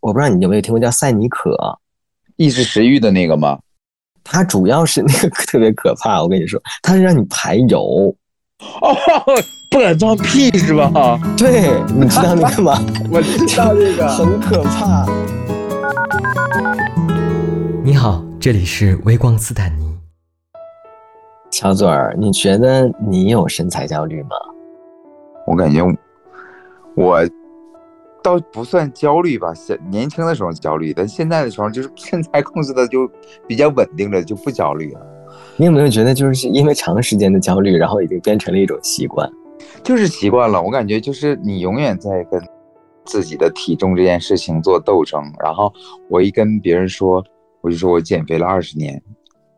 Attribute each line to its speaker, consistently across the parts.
Speaker 1: 我不知道你有没有听过叫赛尼可，
Speaker 2: 抑制食欲的那个吗？
Speaker 1: 它主要是那个 特别可怕，我跟你说，它是让你排油。
Speaker 2: 哦，不敢放屁是吧？啊
Speaker 1: 对，你知道那个吗？
Speaker 2: 我知道这个。
Speaker 1: 很可怕。
Speaker 3: 你好，这里是微光斯坦尼。
Speaker 1: 小嘴儿，你觉得你有身材焦虑吗？
Speaker 2: 我感觉我倒不算焦虑吧，现年轻的时候焦虑，但现在的时候就是身材控制的就比较稳定了，就不焦虑了。
Speaker 1: 你有没有觉得，就是因为长时间的焦虑，然后已经变成了一种习惯？
Speaker 2: 就是习惯了，我感觉就是你永远在跟自己的体重这件事情做斗争。然后我一跟别人说，我就说我减肥了二十年，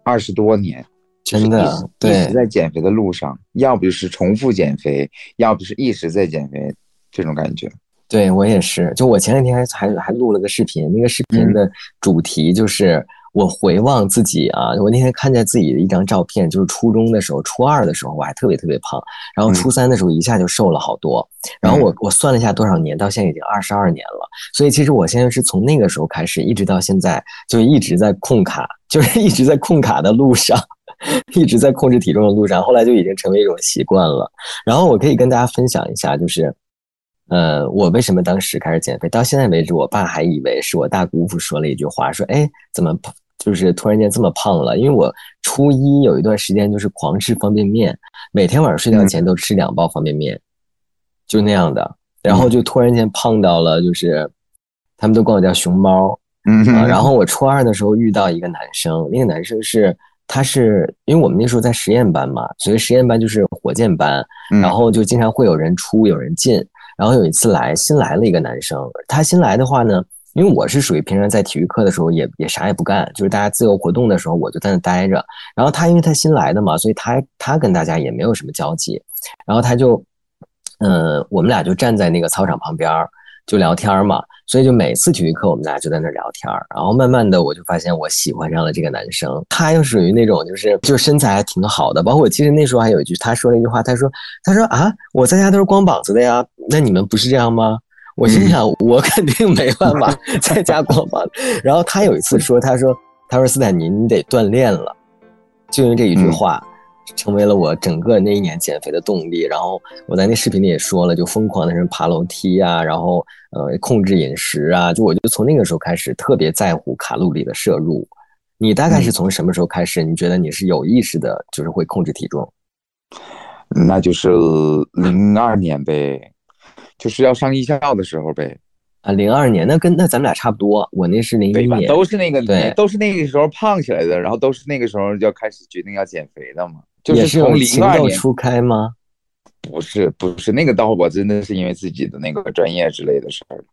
Speaker 2: 二十多年，就是
Speaker 1: 真的
Speaker 2: 一直一
Speaker 1: 嗯对
Speaker 2: 直在减肥的路上，要不就是重复减肥，要不就是一直在减肥，这种感觉。
Speaker 1: 对我也是，就我前两天还还还录了个视频，那个视频的主题就是我回望自己啊，我那天看见自己的一张照片，就是初中的时候，初二的时候我还特别特别胖，然后
Speaker 2: 嗯
Speaker 1: 初三的时候一下就瘦了好多，然后我我算了一下多少年，到现在已经二十二年了，所以其实我现在是从那个时候开始，一直到现在就一直在控卡， 就是一直在控卡的路上。 一直在控制体重的路上，后来就已经成为一种习惯了。然后我可以跟大家分享一下，就是，呃，我为什么当时开始减肥，到现在为止，我爸还以为是我大姑父说了一句话，说，哎，怎么胖就是突然间这么胖了？因为我初一有一段时间就是狂吃方便面，每天晚上睡觉前都吃两包方便面，就那样的，然后就突然间胖到了，就是他们都管我叫熊猫，
Speaker 2: 嗯
Speaker 1: 啊，然后我初二的时候遇到一个男生，那个男生是他是因为我们那时候在实验班嘛，所以实验班就是火箭班，
Speaker 2: 嗯
Speaker 1: 然后就经常会有人出有人进，然后有一次来新来了一个男生，他新来的话呢，因为我是属于平常在体育课的时候也也啥也不干，就是大家自由活动的时候我就在那待着，然后他因为他新来的嘛，所以他他跟大家也没有什么交集，然后他就，嗯，我们俩就站在那个操场旁边儿就聊天儿嘛，所以就每次体育课我们俩就在那儿聊天儿，然后慢慢的我就发现我喜欢上了这个男生，他又属于那种就是就身材还挺好的，包括我记得那时候还有一句他说了一句话，他说他说啊我在家都是光膀子的呀，那你们不是这样吗？我心想，我肯定没办法在家光膀子。然后他有一次说，他说，他说斯坦尼，你得锻炼了，就因为这一句
Speaker 2: 嗯
Speaker 1: 话，成为了我整个那一年减肥的动力。然后我在那视频里也说了，就疯狂的人爬楼梯啊，然后呃控制饮食啊，就我就从那个时候开始特别在乎卡路里的摄入。你大概是从什么时候开始？你觉得你是有意识的，就是会控制体重？
Speaker 2: 那就是零二年呗，就是要上艺校的时候呗。
Speaker 1: 啊，零二年，那跟那咱们俩差不多，我那是零
Speaker 2: 对
Speaker 1: 一
Speaker 2: 吧？
Speaker 1: 年，
Speaker 2: 都是那个
Speaker 1: 对
Speaker 2: 都是那个时候胖起来的，然后都是那个时候要开始决定要减肥的嘛。就
Speaker 1: 也
Speaker 2: 从
Speaker 1: 有
Speaker 2: 零
Speaker 1: 情
Speaker 2: 二
Speaker 1: 窦
Speaker 2: 年，
Speaker 1: 初开吗？
Speaker 2: 不是不是那个倒我真的是因为自己的那个专业之类的事儿，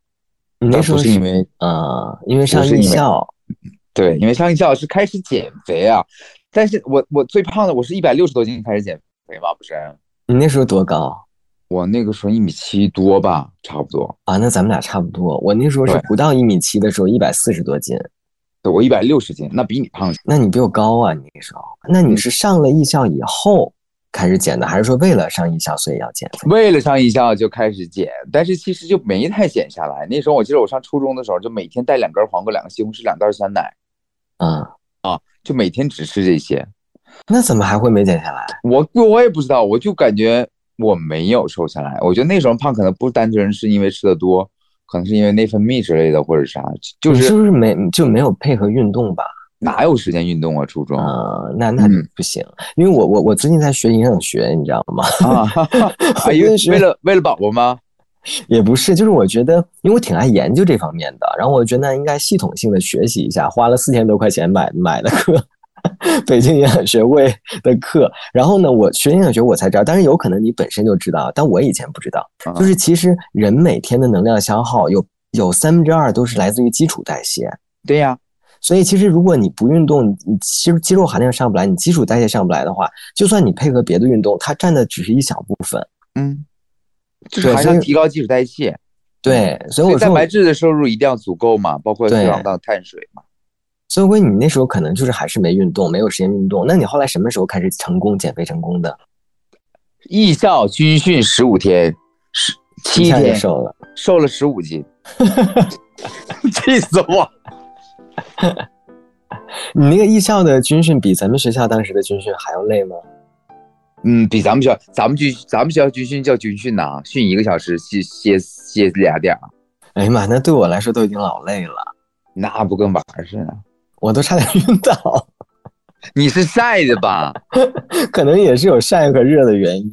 Speaker 1: 你那
Speaker 2: 倒
Speaker 1: 时
Speaker 2: 不
Speaker 1: 候
Speaker 2: 是因为
Speaker 1: 啊，因为上
Speaker 2: 是
Speaker 1: 艺
Speaker 2: 因为
Speaker 1: 校，
Speaker 2: 对，因为上艺校是开始减肥啊，但是我我最胖的我是一百六十多斤开始减肥嘛，不是？
Speaker 1: 你那时候多高
Speaker 2: 我那个时候一米七多吧，差不多，
Speaker 1: 啊？那咱们俩差不多，我那时候是
Speaker 2: 对
Speaker 1: 不到一米七的时候，一百四十多斤，
Speaker 2: 对我一百六十斤，那比你胖些。
Speaker 1: 那你比我高啊，你那时候，那
Speaker 2: 嗯
Speaker 1: 你是上了艺校以后开始减的，还是说为了上艺校所以要减肥？
Speaker 2: 为了上艺校就开始减，但是其实就没太减下来。那时候我记得我上初中的时候，就每天带两根黄瓜、两个西红柿、两袋酸奶，
Speaker 1: 啊，
Speaker 2: 就每天只吃这些。
Speaker 1: 那怎么还会没减下来？
Speaker 2: 我我也不知道，我就感觉我没有瘦下来。我觉得那时候胖可能不单纯是因为吃的多，可能是因为内分泌之类的或者啥，就
Speaker 1: 你是
Speaker 2: 是
Speaker 1: 不是没就没有配合运动吧？
Speaker 2: 哪有时间运动啊？初中啊，
Speaker 1: 啊，那那
Speaker 2: 嗯
Speaker 1: 不行，因为我我我最近在学营养学，你知道吗？
Speaker 2: 哈哈哎呦，为了为了宝宝吗？
Speaker 1: 也不是，就是我觉得，因为我挺爱研究这方面的，然后我觉得应该系统性的学习一下，花了四千多块钱买买的课， 北京营养学会的课。然后呢，我学营养学我才知道，但是有可能你本身就知道，但我以前不知道，
Speaker 2: 啊
Speaker 1: 就是其实人每天的能量消耗有有三分之二都是来自于基础代谢。
Speaker 2: 对呀、
Speaker 1: 所以其实如果你不运动，你你其实肌肉含量上不来，你基础代谢上不来的话，就算你配合别的运动，它占的只是一小部分。
Speaker 2: 嗯，就是
Speaker 1: 对
Speaker 2: 还
Speaker 1: 所
Speaker 2: 是要
Speaker 1: 以
Speaker 2: 提高基础代谢，
Speaker 1: 对，所以
Speaker 2: 所以
Speaker 1: 我说
Speaker 2: 蛋
Speaker 1: 我
Speaker 2: 白质的摄入一定要足够嘛，包括
Speaker 1: 对
Speaker 2: 适当的碳水嘛。
Speaker 1: 所以我问你那时候可能就是还是没运动，没有时间运动。那你后来什么时候开始成功减肥成功的？
Speaker 2: 艺校军训十五天，十
Speaker 1: 一
Speaker 2: 七
Speaker 1: 下就
Speaker 2: 天
Speaker 1: 瘦了。
Speaker 2: 瘦了十五斤，气死我！
Speaker 1: 你那个艺校的军训比咱们学校当时的军训还要累吗？
Speaker 2: 嗯，比咱们学校，咱们军，咱们学校军训叫军训呐、训一个小时，歇歇歇俩点儿，
Speaker 1: 哎呀妈，那对我来说都已经老累了，
Speaker 2: 那不跟玩儿似的？
Speaker 1: 我都差点晕倒，
Speaker 2: 你是晒的吧？
Speaker 1: 可能也是有晒和热的原因。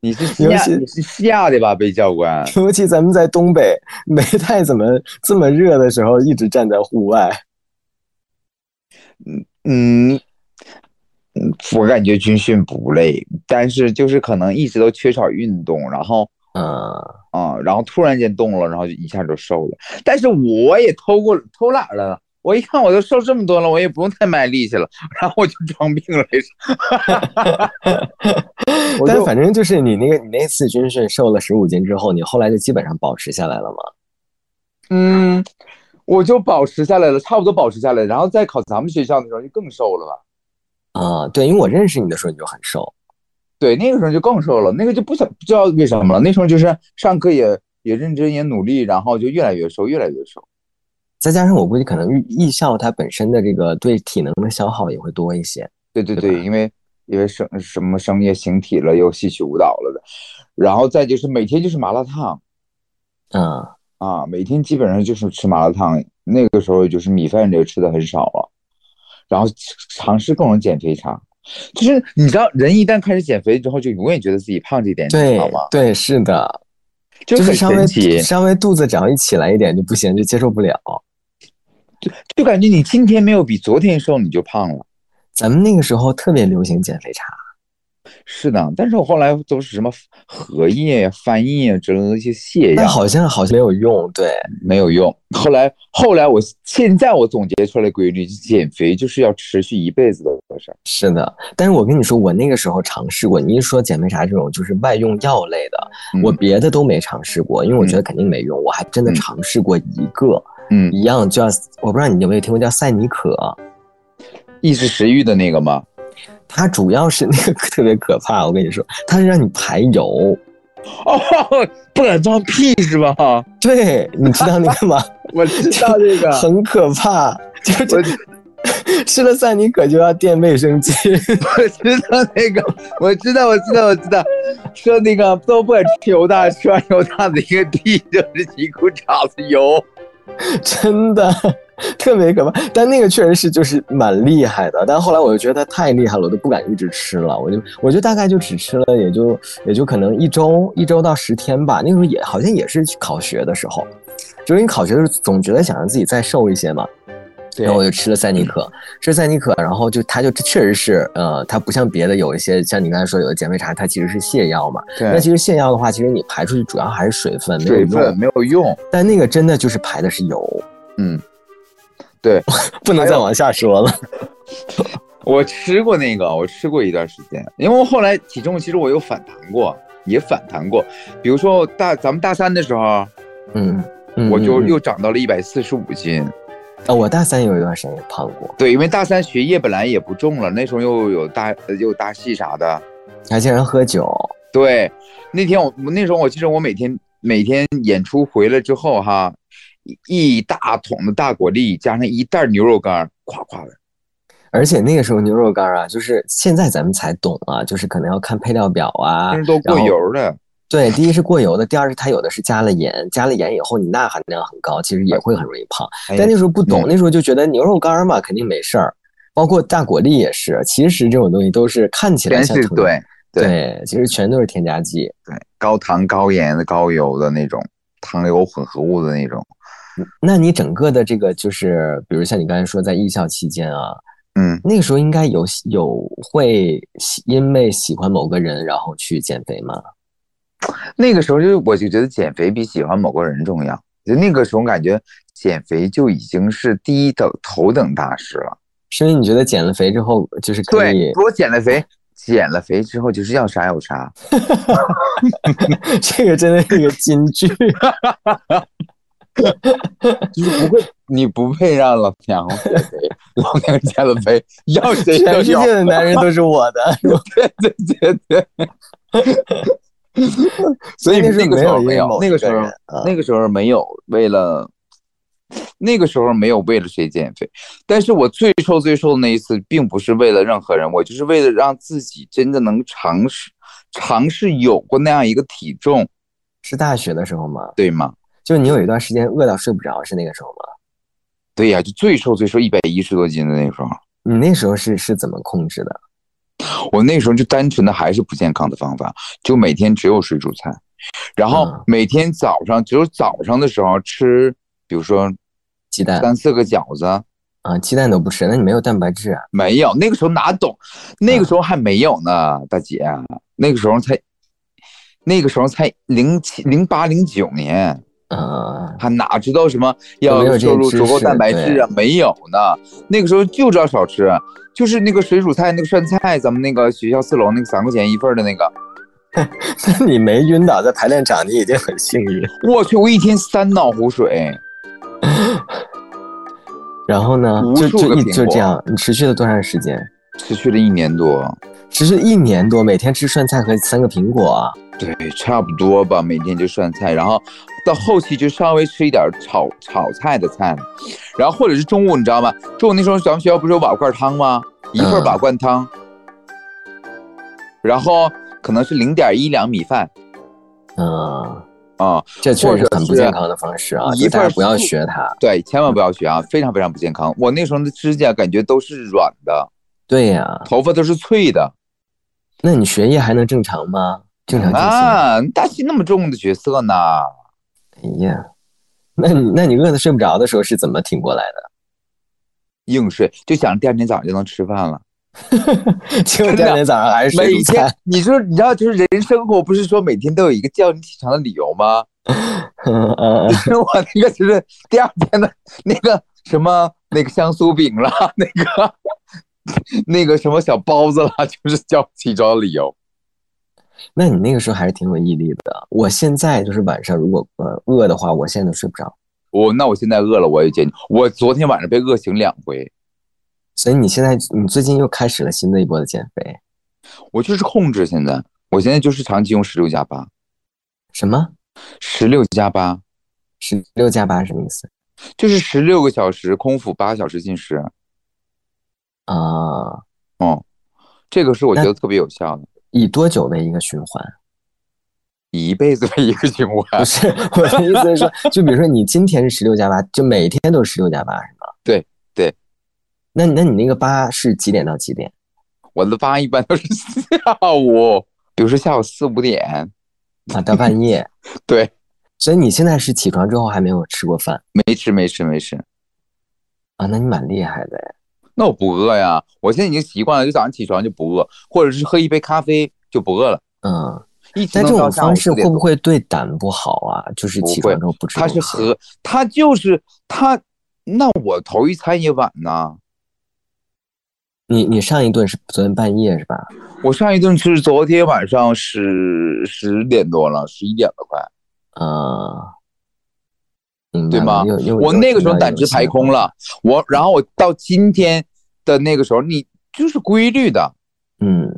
Speaker 2: 你是
Speaker 1: 尤
Speaker 2: 吓，
Speaker 1: 其
Speaker 2: 你是吓的吧？被教官，
Speaker 1: 尤其咱们在东北没太怎么这么热的时候，一直站在户外，
Speaker 2: 嗯，嗯我感觉军训不累，但是就是可能一直都缺少运动，然后
Speaker 1: 嗯，
Speaker 2: 啊、然后突然间动了，然后就一下就瘦了。但是我也偷过偷懒了，我一看我都瘦这么多了，我也不用太卖力气了，然后我就装病了。我
Speaker 1: 但
Speaker 2: 就
Speaker 1: 反正就是你那个你那次军训瘦了十五斤之后，你后来就基本上保持下来了嘛。
Speaker 2: 嗯，我就保持下来了，差不多保持下来，然后再考咱们学校的时候就更瘦了吧？
Speaker 1: 啊、对，因为我认识你的时候你就很瘦，
Speaker 2: 对，那个时候就更瘦了，那个就不想不知道为什么了。那时候就是上课也也认真也努力，然后就越来越瘦，越来越瘦。
Speaker 1: 再加上我估计可能艺校它本身的这个对体能的消耗也会多一些。
Speaker 2: 对对
Speaker 1: 对吧
Speaker 2: 对，因为因为声什么声乐形体了，又戏曲舞蹈了的，然后再就是每天就是麻辣烫
Speaker 1: 嗯，
Speaker 2: 啊，每天基本上就是吃麻辣烫。那个时候就是米饭也吃的很少了，然后尝试各种减肥法。就是你知道，人一旦开始减肥之后，就永远觉得自己胖这一点，你知
Speaker 1: 对
Speaker 2: 道吗？
Speaker 1: 对，是的，
Speaker 2: 就
Speaker 1: 就是
Speaker 2: 很
Speaker 1: 稍
Speaker 2: 神
Speaker 1: 微
Speaker 2: 奇，
Speaker 1: 稍微肚子只要一起来一点就不行，就接受不了。
Speaker 2: 就感觉你今天没有比昨天瘦，你就胖了。
Speaker 1: 咱们那个时候特别流行减肥茶，
Speaker 2: 是的，但是我后来都是什么荷叶呀、翻译哎呀之嗯类的一些泻
Speaker 1: 但
Speaker 2: 药，
Speaker 1: 好像好像没有用。对，
Speaker 2: 没有用。后来，后来我现在我总结出来规律，减肥就是要持续一辈子的事儿。
Speaker 1: 是的。但是我跟你说，我那个时候尝试过，你一说减肥茶这种就是外用药类的，
Speaker 2: 嗯
Speaker 1: 我别的都没尝试过，因为我觉得肯定没用。我还真的
Speaker 2: 嗯
Speaker 1: 尝试过一个，
Speaker 2: 嗯，
Speaker 1: 一样叫我不知道你有没有听过叫赛尼可，
Speaker 2: 抑制食欲的那个吗？
Speaker 1: 它主要是那个特别可怕，我跟你说， 它是让你排油。
Speaker 2: 哦，不敢放屁是吧？
Speaker 1: 对，你知道那个吗？
Speaker 2: 我知道这个，
Speaker 1: 很可怕，就是
Speaker 2: 我
Speaker 1: 吃了赛尼可就要垫卫生巾。
Speaker 2: 我知道那个，我知道，我知道，我知道，说那个都不敢吃油大，吃完油大的一个屁就是一股碴子油。
Speaker 1: 真的特别可怕。但那个确实是就是蛮厉害的，但后来我就觉得它太厉害了，我都不敢一直吃了。我就我就大概就只吃了也就也就可能一周一周到十天吧。那个时候也好像也是去考学的时候，就是你考学的时候总觉得想让自己再瘦一些嘛。然后我就吃了赛尼可，吃赛尼可，然后就它就确实是，呃，它不像别的有一些像你刚才说有的减肥茶，它其实是泻药嘛。那
Speaker 2: 对，
Speaker 1: 其实泻药的话，其实你排出去主要还是水分，没有
Speaker 2: 水
Speaker 1: 用。
Speaker 2: 分没有用。
Speaker 1: 但那个真的就是排的是油，
Speaker 2: 嗯，对，
Speaker 1: 不能再往下说了。
Speaker 2: 我吃过那个，我吃过一段时间，因为我后来体重其实我有反弹过，也反弹过。比如说我大咱们大三的时候，
Speaker 1: 嗯，嗯
Speaker 2: 我就
Speaker 1: 嗯嗯
Speaker 2: 又长到了一百四十五斤。
Speaker 1: 啊，我大三有一段时间也胖过，
Speaker 2: 对，因为大三学业本来也不重了，那时候又有大呃又有大戏啥的。
Speaker 1: 还经常喝酒。
Speaker 2: 对，那天我我那时候我记得我每天每天演出回来之后哈，一一大桶的大果粒加上一袋牛肉干儿，夸夸的。
Speaker 1: 而且那个时候牛肉干儿啊，就是现在咱们才懂啊，就是可能要看配料表啊
Speaker 2: 但。是都过
Speaker 1: 然后
Speaker 2: 油的，
Speaker 1: 对，第一是过油的，第二是它有的是加了盐，加了盐以后你钠含量很高，其实也会很容易胖。
Speaker 2: 哎呀
Speaker 1: 但那时候不懂，
Speaker 2: 嗯
Speaker 1: 那时候就觉得牛肉干儿嘛肯定没事儿，包括大果粒也是。其实这种东西都是看起来
Speaker 2: 全
Speaker 1: 像
Speaker 2: 是
Speaker 1: 成
Speaker 2: 对对
Speaker 1: 对，其实全都是添加剂。
Speaker 2: 高糖、高盐的、高油的那种糖油混合物的那种。
Speaker 1: 那你整个的这个就是，比如像你刚才说在艺校期间啊，
Speaker 2: 嗯，
Speaker 1: 那个时候应该有喜有会喜因为喜欢某个人然后去减肥吗？
Speaker 2: 那个时候就我就觉得减肥比喜欢某个人重要。就那个时候感觉减肥就已经是第一等头等大事了。
Speaker 1: 是因为你觉得减了肥之后就是可以
Speaker 2: 对，，我减了肥，减了肥之后就是要啥有啥。
Speaker 1: 这个真的是个金句。
Speaker 2: 就是不会，你不配让老娘减肥， 老娘减了肥，要谁
Speaker 1: 全
Speaker 2: 都
Speaker 1: 世
Speaker 2: 有
Speaker 1: 界。的男人都是我的，
Speaker 2: 对对对。 所以
Speaker 1: 那
Speaker 2: 那
Speaker 1: 时候没
Speaker 2: 个时候
Speaker 1: 因
Speaker 2: 没
Speaker 1: 为
Speaker 2: 有
Speaker 1: 某，
Speaker 2: 那
Speaker 1: 一
Speaker 2: 个时候
Speaker 1: 人啊
Speaker 2: 那个时候没有为了那个时候没有为了谁减肥，但是我最瘦最瘦的那一次，并不是为了任何人，我就是为了让自己真的能尝试尝试有过那样一个体重，
Speaker 1: 是大学的时候吗？
Speaker 2: 对吗？
Speaker 1: 就是你有一段时间饿到睡不着，是那个时候吗？
Speaker 2: 对呀、就最瘦最瘦一百一十多斤的那个时候，
Speaker 1: 你那时候是是怎么控制的？
Speaker 2: 我那时候就单纯的还是不健康的方法，就每天只有水煮菜，然后
Speaker 1: 嗯
Speaker 2: 每天早上只有早上的时候吃，比如说
Speaker 1: 鸡蛋
Speaker 2: 三四个饺子，
Speaker 1: 啊，鸡蛋都不吃，那你没有蛋白质啊？
Speaker 2: 没有，那个时候哪懂，那个
Speaker 1: 嗯
Speaker 2: 时候还没有呢，大姐，那个时候才，那个时候才零七、零八、零九年，
Speaker 1: 呃，
Speaker 2: 还哪知道什么
Speaker 1: 都没
Speaker 2: 要
Speaker 1: 有这
Speaker 2: 摄
Speaker 1: 个
Speaker 2: 入
Speaker 1: 知
Speaker 2: 足够
Speaker 1: 识
Speaker 2: 蛋白质啊？没有呢，那个时候就知道少吃，就是那个水煮菜、那个涮菜，咱们那个学校四楼那个三块钱一份儿的那个，
Speaker 1: 那你没晕倒在排练场，你已经很幸运。
Speaker 2: 我去，我一天三脑壶水，
Speaker 1: 然后呢，
Speaker 2: 无
Speaker 1: 就
Speaker 2: 数
Speaker 1: 就
Speaker 2: 个
Speaker 1: 一
Speaker 2: 苹
Speaker 1: 就
Speaker 2: 果
Speaker 1: 这样，你持续了多长时间？
Speaker 2: 持续了一年多，
Speaker 1: 持续一年多，每天吃涮菜和三个苹果啊。
Speaker 2: 对，差不多吧，每天就涮菜，然后到后期就稍微吃一点炒炒菜的菜，然后或者是中午，你知道吗？中午那时候咱们学校不是有瓦罐汤吗？一份
Speaker 1: 嗯
Speaker 2: 瓦罐汤，然后可能是零点一两米饭
Speaker 1: 嗯、
Speaker 2: 啊、
Speaker 1: 这确
Speaker 2: 或
Speaker 1: 实是
Speaker 2: 者
Speaker 1: 很不
Speaker 2: 是
Speaker 1: 健康的方式啊，
Speaker 2: 一
Speaker 1: 就大
Speaker 2: 份
Speaker 1: 家不要
Speaker 2: 素
Speaker 1: 学它。
Speaker 2: 对，千万不要学啊，非常非常不健康。我那时候的指甲感觉都是软的，
Speaker 1: 对呀、
Speaker 2: 头发都是脆的
Speaker 1: 那你学业还能正常吗？正常进行？
Speaker 2: 啊！大戏那么重的角色呢？
Speaker 1: 哎呀，那你那你饿得睡不着的时候是怎么挺过来的？
Speaker 2: 硬睡就想着第二天早上就能吃饭了。
Speaker 1: 结果第二天早上还是水
Speaker 2: 每
Speaker 1: 煮
Speaker 2: 天
Speaker 1: 菜。，
Speaker 2: 你说你知道，就是人生活不是说每天都有一个叫你起床的理由吗？
Speaker 1: 嗯嗯，嗯
Speaker 2: 就是我那个就是第二天的那个什么那个香酥饼了，那个那个什么小包子了，就是叫起床的理由。
Speaker 1: 那你那个时候还是挺有毅力的。我现在就是晚上如果呃饿的话，我现在都睡不着。
Speaker 2: 我那我现在饿了，我也坚我昨天晚上被饿醒两回，
Speaker 1: 所以你现在你最近又开始了新的一波的减肥？
Speaker 2: 我就是控制现在，我现在就是长期用十六加八，
Speaker 1: 什么
Speaker 2: 十六加八
Speaker 1: 十六加八什么意思
Speaker 2: 就是十六个小时空腹，八小时进食，
Speaker 1: 啊、
Speaker 2: 这个是我觉
Speaker 1: 那
Speaker 2: 得特别有效的，
Speaker 1: 以多久为一个循环？
Speaker 2: 以一辈子为一个循环
Speaker 1: 不。是我的意思是说，就比如说你今天是十六加八，就每天都是十六加八，是吗？
Speaker 2: 对对。
Speaker 1: 那那你那个八是几点到几点？
Speaker 2: 我的八一般都是下午， 比如说下午四五点，
Speaker 1: 啊，到半夜。
Speaker 2: 对，
Speaker 1: 所以你现在是起床之后还没有吃过饭
Speaker 2: 没吃没吃没吃。
Speaker 1: 啊？那你蛮厉害的哎。
Speaker 2: 那我不饿呀，我现在已经习惯了，就早上起床就不饿，或者是喝一杯咖啡就不饿了，
Speaker 1: 嗯，
Speaker 2: 一直
Speaker 1: 但这
Speaker 2: 能
Speaker 1: 种
Speaker 2: 到下午
Speaker 1: 方式
Speaker 2: 四
Speaker 1: 会
Speaker 2: 点
Speaker 1: 不
Speaker 2: 多。
Speaker 1: 会对胆不好啊？就是
Speaker 2: 不
Speaker 1: 起
Speaker 2: 会
Speaker 1: 床之后不吃
Speaker 2: 它
Speaker 1: 东
Speaker 2: 是
Speaker 1: 西。
Speaker 2: 和它就是它，那我头一餐也晚呐。
Speaker 1: 你你上一顿是昨天半夜是吧？
Speaker 2: 我上一顿是昨天晚上十十点多了，十一点了快。
Speaker 1: 啊，嗯明白
Speaker 2: 对
Speaker 1: 了
Speaker 2: 吗
Speaker 1: 又又
Speaker 2: 我
Speaker 1: 又
Speaker 2: 那个
Speaker 1: 听
Speaker 2: 时候
Speaker 1: 到
Speaker 2: 胆
Speaker 1: 有
Speaker 2: 汁
Speaker 1: 新
Speaker 2: 排
Speaker 1: 的
Speaker 2: 空
Speaker 1: 方
Speaker 2: 了
Speaker 1: 法。，
Speaker 2: 我然后我到今天的那个时候，你就是规律的，
Speaker 1: 嗯，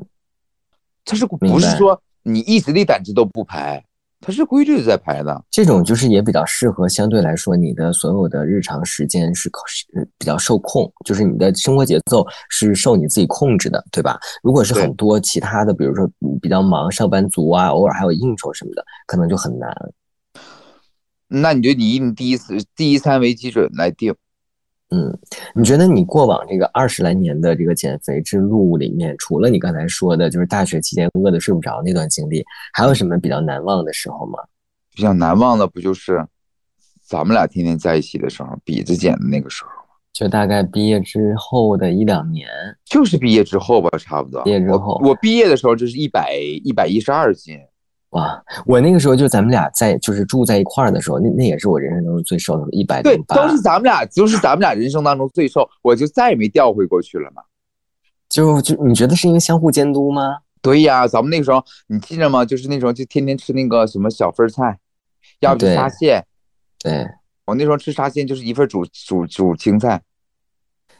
Speaker 2: 它是
Speaker 1: 明
Speaker 2: 不是
Speaker 1: 白
Speaker 2: 说你一直的胆汁都不排，它是规律地在排的。
Speaker 1: 这种就是也比较适合，相对来说你的所有的日常时间是可是比较受控，就是你的生活节奏是受你自己控制的，对吧？如果是
Speaker 2: 对
Speaker 1: 很多其他的，比如说嗯比较忙，上班族啊，偶尔还有应酬什么的，可能就很难。
Speaker 2: 那你就以你第一次第一餐为基准来定。
Speaker 1: 你觉得你过往这个二十来年的这个减肥之路里面，除了你刚才说的，就是大学期间饿得睡不着那段经历，还有什么比较难忘的时候吗？
Speaker 2: 比较难忘的不就是咱们俩天天在一起的时候，比着减的那个时候，
Speaker 1: 就大概毕业之后的一两年，
Speaker 2: 就是毕业之后吧，差不多。
Speaker 1: 毕业之后
Speaker 2: 我我毕业的时候就是一百一百一十二斤，
Speaker 1: 哇！我那个时候就咱们俩在就是住在一块儿的时候，那那也是我人生当中最瘦的，一百
Speaker 2: 对
Speaker 1: 零，八，
Speaker 2: 都是咱们俩，就是咱们俩人生当中最瘦，我就再也没掉回过去了嘛。
Speaker 1: 就就你觉得是因为相互监督吗？
Speaker 2: 对呀，咱们那个时候你记着吗？就是那时候就天天吃那个什么小份儿菜，要不就
Speaker 1: 对
Speaker 2: 沙县。
Speaker 1: 对，
Speaker 2: 我那时候吃沙县就是一份煮煮煮青菜，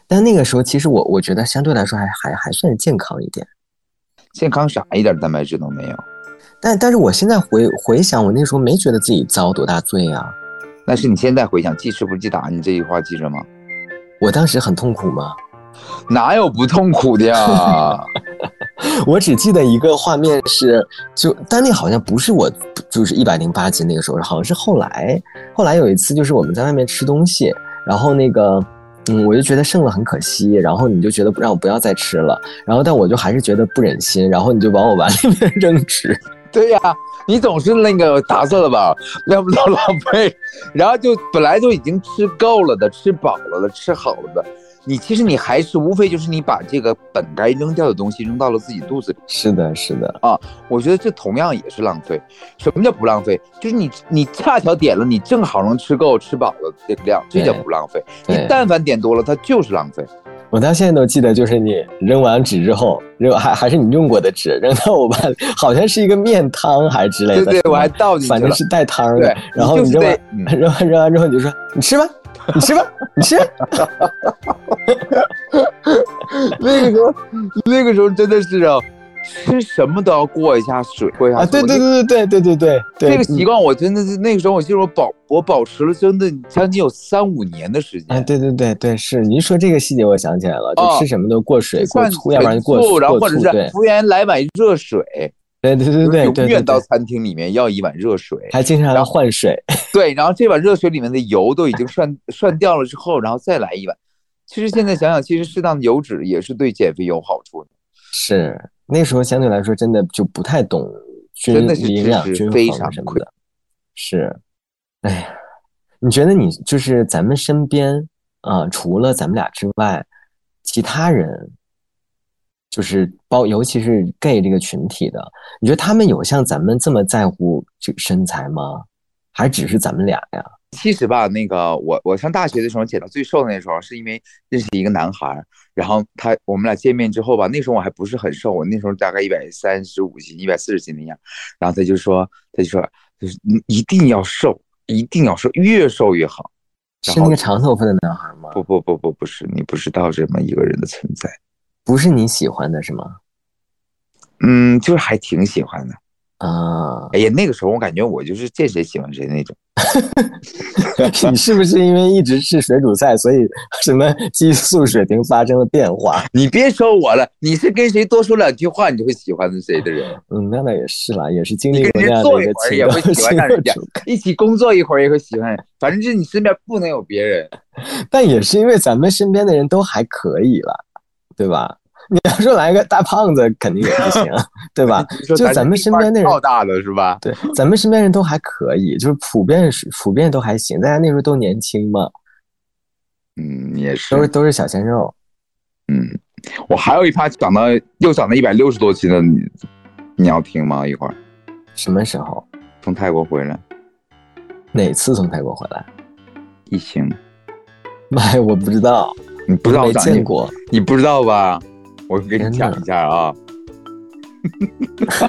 Speaker 1: 但那个时候其实我我觉得相对来说还还还算是健康一点。
Speaker 2: 健康啥一点蛋白质都没有。
Speaker 1: 但但是我现在回回想，我那时候没觉得自己遭多大罪啊。
Speaker 2: 但是你现在回想，记吃不记打，你这句话记着吗？
Speaker 1: 我当时很痛苦吗？
Speaker 2: 哪有不痛苦的呀？
Speaker 1: 我只记得一个画面是，就但那好像不是我，就是一百零八集那个时候，好像是后来，后来有一次就是我们在外面吃东西，然后那个。嗯，我就觉得剩了很可惜，然后你就觉得让我不要再吃了，然后但我就还是觉得不忍心，然后你就往我碗里面扔吃。
Speaker 2: 对呀、你总是那个打算了吧，要不到浪费，然后就本来就已经吃够了的、吃饱了的、吃好了的，你其实你还是无非就是你把这个本该扔掉的东西扔到了自己肚子里。
Speaker 1: 是的，是的，
Speaker 2: 我觉得这同样也是浪费。什么叫不浪费？就是你你恰巧点了你正好能吃够吃饱了这个量，这叫
Speaker 1: 对
Speaker 2: 不浪费。你
Speaker 1: 对
Speaker 2: 但凡点多了，它就是浪费。
Speaker 1: 我到现在都记得，就是你扔完纸之后，扔还还是你用过的纸扔到我碗里，好像是一个面汤还是之类
Speaker 2: 对
Speaker 1: 的。
Speaker 2: 对
Speaker 1: 是，吧
Speaker 2: 我还倒进去了。
Speaker 1: 反正是带汤的
Speaker 2: 对，，
Speaker 1: 然后
Speaker 2: 你
Speaker 1: 你
Speaker 2: 就
Speaker 1: 扔
Speaker 2: 是
Speaker 1: 完
Speaker 2: 得 嗯
Speaker 1: 扔完扔完之后你就说你吃吧， 你吃吧，你吃吧。
Speaker 2: 那个时候，那个时候真的是啊，吃什么都要过一下水，过一下
Speaker 1: 啊，
Speaker 2: 水
Speaker 1: 对对对对对对对对，
Speaker 2: 这个习
Speaker 1: 嗯
Speaker 2: 惯我真的是那个时候，我记得我保我保持了真的将近有三五年的时
Speaker 1: 啊，
Speaker 2: 间，
Speaker 1: 对对对对，是您说这个细节，我想起来了，
Speaker 2: 哦
Speaker 1: 就吃什么都过水、
Speaker 2: 就
Speaker 1: 过
Speaker 2: 算
Speaker 1: 醋，要不然就过
Speaker 2: 醋，然后
Speaker 1: 过
Speaker 2: 或者
Speaker 1: 醋，
Speaker 2: 是
Speaker 1: 对
Speaker 2: 服务员来碗热水，
Speaker 1: 对对对对
Speaker 2: 就是
Speaker 1: 对
Speaker 2: 永
Speaker 1: 对
Speaker 2: 远到
Speaker 1: 对，
Speaker 2: 餐厅里面要一碗热水，
Speaker 1: 还经常要换水，
Speaker 2: 对，然后这碗热水里面的油都已经涮 涮掉了之后，然后再来一碗。其实现在想想，其实适当的油脂也是对减肥有好处的，
Speaker 1: 是那时候相对来说真的就不太懂均
Speaker 2: 真的是
Speaker 1: 营
Speaker 2: 知
Speaker 1: 养
Speaker 2: 识
Speaker 1: 均
Speaker 2: 非
Speaker 1: 衡
Speaker 2: 常
Speaker 1: 什么
Speaker 2: 匮
Speaker 1: 的，是，哎呀，你觉得你就是咱们身边啊、呃除了咱们俩之外，其他人就是包，尤其是 gay 这个群体的，你觉得他们有像咱们这么在乎这个身材吗？还只是咱们俩呀？
Speaker 2: 其实吧，那个我我上大学的时候减到最瘦的那时候，是因为认识一个男孩儿，然后他我们俩见面之后吧，那时候我还不是很瘦，我那时候大概一百三十五斤、一百四十斤那样，然后他就说，他就说，就是你一定要瘦，一定要瘦，越瘦越好。然
Speaker 1: 是那
Speaker 2: 后
Speaker 1: 个长头发的男孩吗？
Speaker 2: 不不不不不是，你不知道这么一个人的存在，
Speaker 1: 不是你喜欢的是吗？
Speaker 2: 嗯，就是还挺喜欢的。
Speaker 1: 啊，
Speaker 2: 哎呀，那个时候我感觉我就是见谁喜欢谁那种。
Speaker 1: 你是不是因为一直吃水煮菜，所以什么激素水平发生了变化？
Speaker 2: 你别说我了，你是跟谁多说两句话，你就会喜欢谁 的人。
Speaker 1: 嗯，那倒也是啦，也是经
Speaker 2: 你
Speaker 1: 历
Speaker 2: 跟
Speaker 1: 过那
Speaker 2: 人
Speaker 1: 样的
Speaker 2: 坐
Speaker 1: 一
Speaker 2: 一
Speaker 1: 个
Speaker 2: 会儿
Speaker 1: 情
Speaker 2: 也会
Speaker 1: 况
Speaker 2: 喜欢上人家
Speaker 1: 情况，
Speaker 2: 一起工作一会儿也会喜欢人，反正就是你身边不能有别人。
Speaker 1: 但也是因为咱们身边的人都还可以了，对吧？你要说来个大胖子，肯定也不 行，对吧？
Speaker 2: 你说
Speaker 1: 就咱们身边的人
Speaker 2: 靠大的是吧？
Speaker 1: 对，咱们身边人都还可以，就是普遍是普遍都还行，大家那时候都年轻嘛，
Speaker 2: 嗯，也是
Speaker 1: 都。是都是小鲜肉。
Speaker 2: 嗯，我还有一趴长到又长到一百六十多斤的，你你要听吗？一会儿
Speaker 1: 什么时候？
Speaker 2: 从泰国回来，
Speaker 1: 哪次从泰国回来？
Speaker 2: 疫情，
Speaker 1: 妈呀，我不知道，
Speaker 2: 你不知道
Speaker 1: 没
Speaker 2: 我长
Speaker 1: 见
Speaker 2: 得，
Speaker 1: 过。
Speaker 2: 你不知道吧？我给
Speaker 1: 天
Speaker 2: 你
Speaker 1: 哪
Speaker 2: 讲一下啊。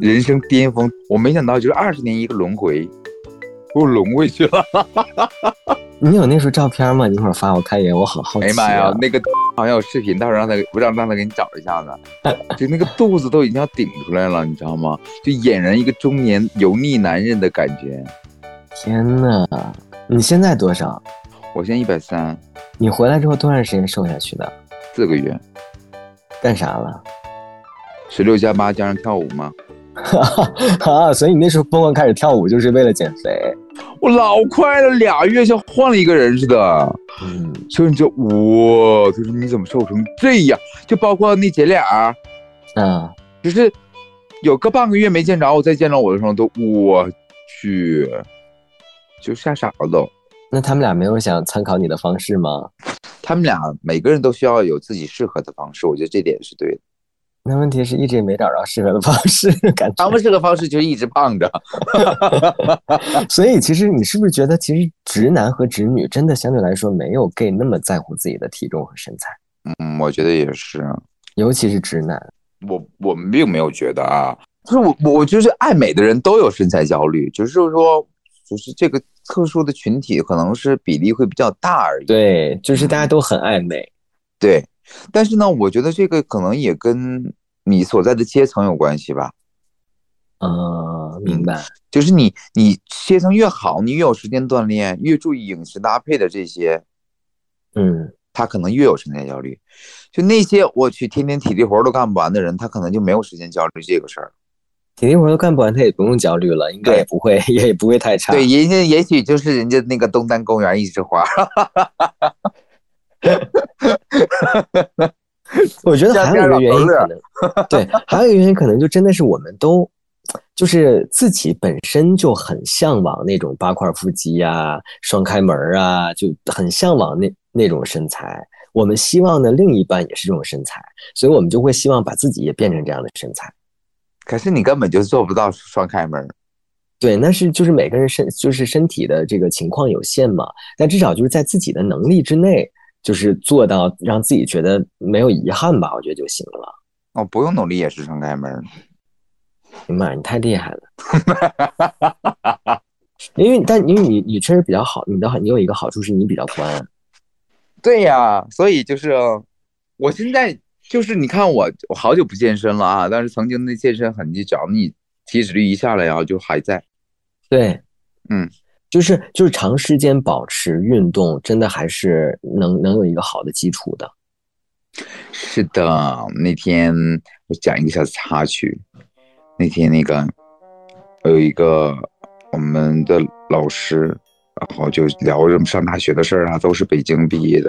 Speaker 2: 人生巅峰，我没想到就是二十年一个轮回，我轮回去了。
Speaker 1: 你有那时候照片吗？你一会儿发我看一 眼，我好好奇、啊。
Speaker 2: 哎呀妈呀，那个 好像有视频，到时候让他不让让他给你找一下子， 就那个肚子都已经要顶出来了，你知道吗？就俨然一个中年油腻男人的感觉。
Speaker 1: 天呐，你现在多少？
Speaker 2: 我现在一百三，
Speaker 1: 你回来之后多长时间瘦下去的？
Speaker 2: 四个月，
Speaker 1: 干啥了？
Speaker 2: 十六加八加上跳舞吗？
Speaker 1: 啊，所以你那时候疯狂开始跳舞，就是为了减肥。
Speaker 2: 我老快了，俩月像换了一个人似的。
Speaker 1: 嗯，
Speaker 2: 所以你就哇，就是你怎么瘦成这样？就包括那姐俩儿，
Speaker 1: 啊，
Speaker 2: 就是有个半个月没见着，我再见着我的时候都我去，就吓傻了都。
Speaker 1: 那他们俩没有想参考你的方式吗？
Speaker 2: 他们俩每个人都需要有自己适合的方式，我觉得这点是对的。
Speaker 1: 那问题是一直也没找着适合的方式， 感觉
Speaker 2: 他。们适合方式就是一直胖着，
Speaker 1: 所以其实你是不是觉得，其实直男和直女真的相对来说没有 gay 那么在乎自己的体重和身材，
Speaker 2: 嗯，我觉得也是。
Speaker 1: 尤其是直男。
Speaker 2: 我我们并没有觉得啊，就是我我我就是爱美的人都有身材焦虑，只是说就是这个特殊的群体可能是比例会比较大而已。
Speaker 1: 对，就是大家都很爱美。
Speaker 2: 对，但是呢，我觉得这个可能也跟你所在的阶层有关系吧。
Speaker 1: 呃，明白。
Speaker 2: 就是你你切成越好，你越有时间锻炼，越注意饮食搭配的这些，
Speaker 1: 嗯，
Speaker 2: 他可能越有时间焦虑。就那些我去天天体力活都干不完的人，他可能就没有时间焦虑这个事儿。
Speaker 1: 体力活都干不完，他也不用焦虑了，应该也不会， 也不会太差。
Speaker 2: 对，人家也许就是人家那个东单公园一枝花，
Speaker 1: 我觉得还有一个原因可
Speaker 2: 家家
Speaker 1: 能，对，还有一个原因可能就真的是我们都，就是自己本身就很向往那种八块腹肌啊、双开门啊，就很向往那那种身材。我们希望呢，另一半也是这种身材，所以我们就会希望把自己也变成这样的身材。
Speaker 2: 可是你根本就做不到双开门。
Speaker 1: 对，那是就是每个人身就是身体的这个情况有限嘛，但至少就是在自己的能力之内，就是做到让自己觉得没有遗憾吧，我觉得就行了。
Speaker 2: 我哦不用努力也是双开门。
Speaker 1: 明白，你太厉害了。因为但因为你你确实比较好，你的好你有一个好处是你比较宽，
Speaker 2: 对呀，所以就是我现在就是你看我我好久不健身了啊，但是曾经的健身痕迹，只要你体脂率一下来啊，就还在。
Speaker 1: 对，
Speaker 2: 嗯，
Speaker 1: 就是就是长时间保持运动，真的还是能能有一个好的基础的。
Speaker 2: 是的，那天我讲一个小插曲，那天那个我有一个我们的老师，然后就聊什么上大学的事儿啊，都是北京毕业的，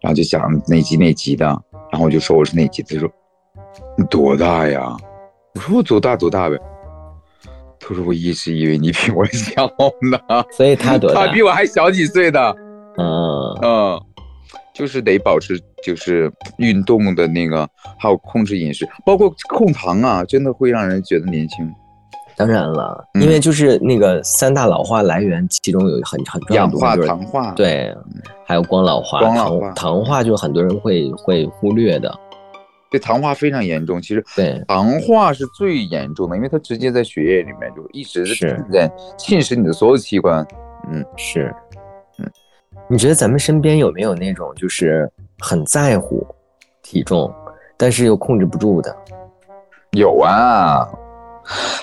Speaker 2: 然后就讲哪级哪级的，然后我就说我是哪级的，他说你多大呀？我说我多大多大呗。他说我一直以为你比我小呢，
Speaker 1: 所以他多大
Speaker 2: 他？比我还小几岁呢。
Speaker 1: 嗯，
Speaker 2: 嗯，就是得保持就是运动的那个，还有控制饮食，包括控糖啊，真的会让人觉得年轻。
Speaker 1: 当然了，
Speaker 2: 嗯
Speaker 1: 因为就是那个三大老化来源，其中有很很重要
Speaker 2: 氧
Speaker 1: 的部
Speaker 2: 化、
Speaker 1: 分就是
Speaker 2: 糖化，，
Speaker 1: 对，还有光老化、
Speaker 2: 光老化
Speaker 1: 糖糖化，就是很多人会会忽略的。
Speaker 2: 对糖化非常严重。其实
Speaker 1: 对，
Speaker 2: 糖化是最严重的，因为它直接在血液里面就一直
Speaker 1: 是
Speaker 2: 在侵蚀你的所有器官。
Speaker 1: 是，
Speaker 2: 嗯，
Speaker 1: 你觉得咱们身边有没有那种就是很在乎体重，但是又控制不住的？
Speaker 2: 有啊，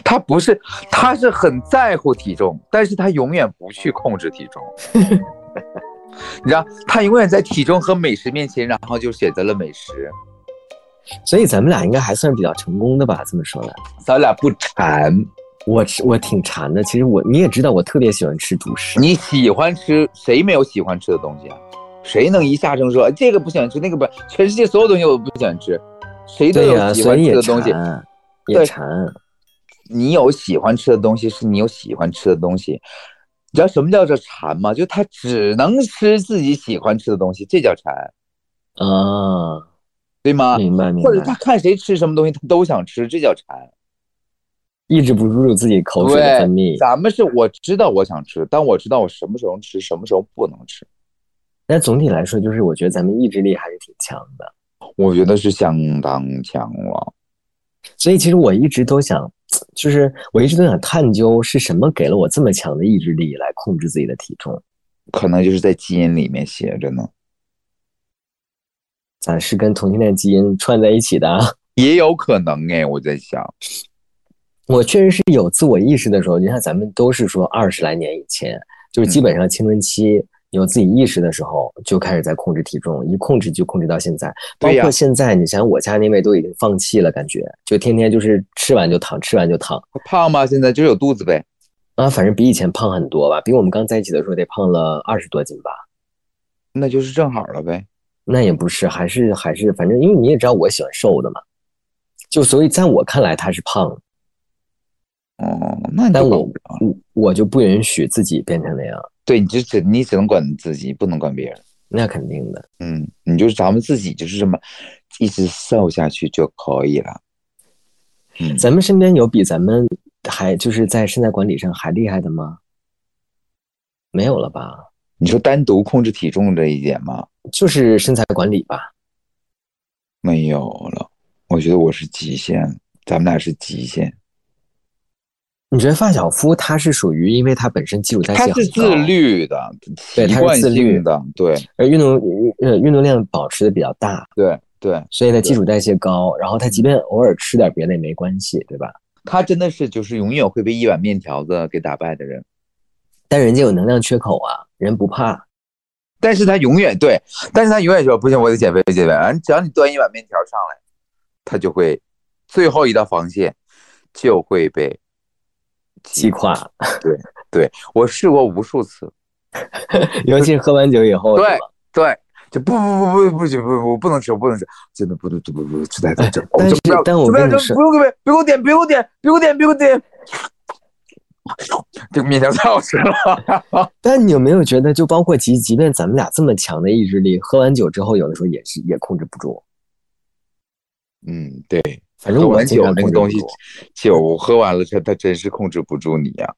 Speaker 2: 他不是，他是很在乎体重，但是他永远不去控制体 重。你知道，他永远在体重和美食面前，然后就选择了美食。
Speaker 1: 所以咱们俩应该还算是比较成功的吧？这么说来，
Speaker 2: 咱俩不馋，
Speaker 1: 我吃我挺馋的。其实我你也知道，我特别喜欢吃主食。
Speaker 2: 你喜欢吃，谁没有喜欢吃的东西啊？谁能一下声说哎这个不喜欢吃，那个不？全世界所有东西我都不喜欢吃，谁都
Speaker 1: 对呀、
Speaker 2: 有喜
Speaker 1: 所
Speaker 2: 欢
Speaker 1: 以
Speaker 2: 吃
Speaker 1: 也
Speaker 2: 的东西。
Speaker 1: 馋，也
Speaker 2: 对
Speaker 1: 馋。
Speaker 2: 你有喜欢吃的东西，是你有喜欢吃的东西。你知道什么叫做馋吗？就他只能吃自己喜欢吃的东西，这叫馋，
Speaker 1: 啊，
Speaker 2: 对吗？
Speaker 1: 明白明
Speaker 2: 或者
Speaker 1: 白
Speaker 2: 他，看谁吃什么东西，他都想吃，这叫馋。
Speaker 1: 抑制不住自己口水的分泌
Speaker 2: 对，。咱们是我知道我想吃，但我知道我什么时候吃，什么时候不能吃。
Speaker 1: 但总体来说，就是我觉得咱们意志力还是挺强的。
Speaker 2: 我觉得是相当强了。
Speaker 1: 所以其实我一直都想，就是我一直都想探究是什么给了我这么强的意志力来控制自己的体重。
Speaker 2: 可能就是在基因里面写着呢，
Speaker 1: 咱是跟同性恋基因串在一起的啊。
Speaker 2: 也有可能哎，我在想，
Speaker 1: 我确实是有自我意识的时候，你看咱们都是说二十来年以前，就是
Speaker 2: 嗯
Speaker 1: 基本上青春期有自己意识的时候就开始在控制体重，一控制就控制到现在。包
Speaker 2: 对呀
Speaker 1: 括现在，你想我家那位都已经放弃了，感觉就天天就是吃完就躺，吃完就躺。
Speaker 2: 胖吗？现在就是有肚子呗，
Speaker 1: 啊，反正比以前胖很多吧，比我们刚在一起的时候得胖了二十多斤吧。
Speaker 2: 那就是正好了呗。
Speaker 1: 那也不是，还是还是，反正因为你也知道我喜欢瘦的嘛，就所以在我看来他是胖的，
Speaker 2: 哦，那你
Speaker 1: 但
Speaker 2: 就管
Speaker 1: 我
Speaker 2: 不了了。
Speaker 1: 我我就不允许自己变成那样，
Speaker 2: 对，你就只你只能管你自己，不能管别人。
Speaker 1: 那肯定的。
Speaker 2: 嗯，你就是咱们自己就是这么一直瘦下去就可以了。嗯，
Speaker 1: 咱们身边有比咱们还就是在身材管理上还厉害的吗？没有了吧？
Speaker 2: 你说单独控制体重这一点吗？
Speaker 1: 就是身材管理吧。
Speaker 2: 没有了，我觉得我是极限，咱们俩是极限。
Speaker 1: 你觉得发小夫他是属于因为他本身基础代谢
Speaker 2: 他
Speaker 1: 很高，
Speaker 2: 是自，律的，
Speaker 1: 对
Speaker 2: 习
Speaker 1: 他是
Speaker 2: 惯
Speaker 1: 自律
Speaker 2: 性的，对
Speaker 1: 而运动呃运动量保持的比较大，
Speaker 2: 对对，
Speaker 1: 所以呢基础代谢高，然后他即便偶尔吃点别的也没关系，对吧？
Speaker 2: 他真的是就是永远会被一碗面条子给打败的人，
Speaker 1: 但人家有能量缺口啊，人不
Speaker 2: 嗯
Speaker 1: 怕。
Speaker 2: 但是他永远对，但是他永远说不行，我得减肥减肥。啊，只要你端一碗面条上来，他就会最后一道防线就会被
Speaker 1: 击垮。
Speaker 2: 对对，我试过无数次，
Speaker 1: 尤哦其是喝完酒以后，
Speaker 2: 对对，就不不不不不行，不不我不能吃，我不能吃，真的不不不不不，吃太太整，
Speaker 1: 哎但
Speaker 2: 就是不要，
Speaker 1: 但我
Speaker 2: 不
Speaker 1: 跟
Speaker 2: 要
Speaker 1: 你
Speaker 2: 整
Speaker 1: 说
Speaker 2: 不用给别别给我点，别给我点，别给我点，别给我点， 这个面条太好吃了。
Speaker 1: 但你有没有觉得，就包括即即便咱们俩这么强的意志力，喝完酒之后，有的时候也是也控制不住。
Speaker 2: 嗯，对，
Speaker 1: 反正
Speaker 2: 喝
Speaker 1: 我
Speaker 2: 完
Speaker 1: 经
Speaker 2: 酒
Speaker 1: 常
Speaker 2: 那
Speaker 1: 控
Speaker 2: 个
Speaker 1: 制不
Speaker 2: 东西
Speaker 1: 住。，
Speaker 2: 酒喝完了，它它真是控制不住你呀、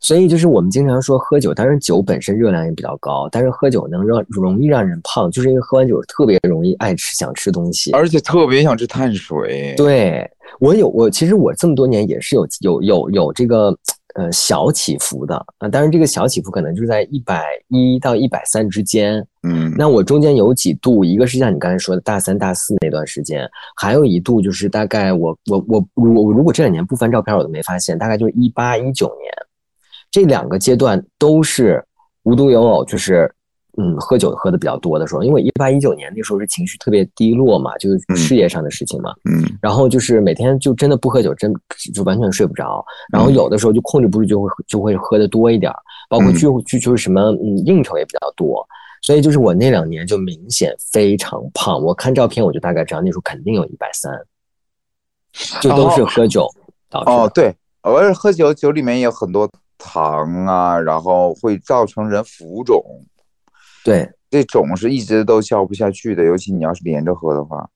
Speaker 1: 所以就是我们经常说喝酒，当然酒本身热量也比较高，但是喝酒能让容易让人胖，就是因为喝完酒特别容易爱吃想吃东西。
Speaker 2: 而且特别想吃碳水。，
Speaker 1: 对我有我其实我这么多年也是有有有有这个呃小起伏的啊，当然这个小起伏可能就是在一百一到一百三之间。
Speaker 2: 嗯，
Speaker 1: 那我中间有几度，一个是像你刚才说的大三、大四那段时间，还有一度就是大概我我我我我如果这两年不翻照片，我都没发现，大概就是一八一九年这两个阶段都是无独有偶，就是嗯喝酒喝的比较多的时候，因为一八一九年那时候是情绪特别低落嘛，就是
Speaker 2: 嗯
Speaker 1: 事业上的事情嘛，
Speaker 2: 嗯，
Speaker 1: 然后就是每天就真的不喝酒，真就完全睡不着。然
Speaker 2: 嗯
Speaker 1: 后有的时候就控制不住，就会就会喝的多一点儿，包括聚聚就是什么嗯应酬也比较多。所以就是我那两年就明显非常胖，我看照片我就大概知道那时候肯定有一百三，就都是喝酒导致的。
Speaker 2: 哦，对，我是喝酒，酒里面有很多糖啊，然后会造成人浮肿，
Speaker 1: 对，
Speaker 2: 这肿是一直都消不下去的，尤其你要是连着喝的话。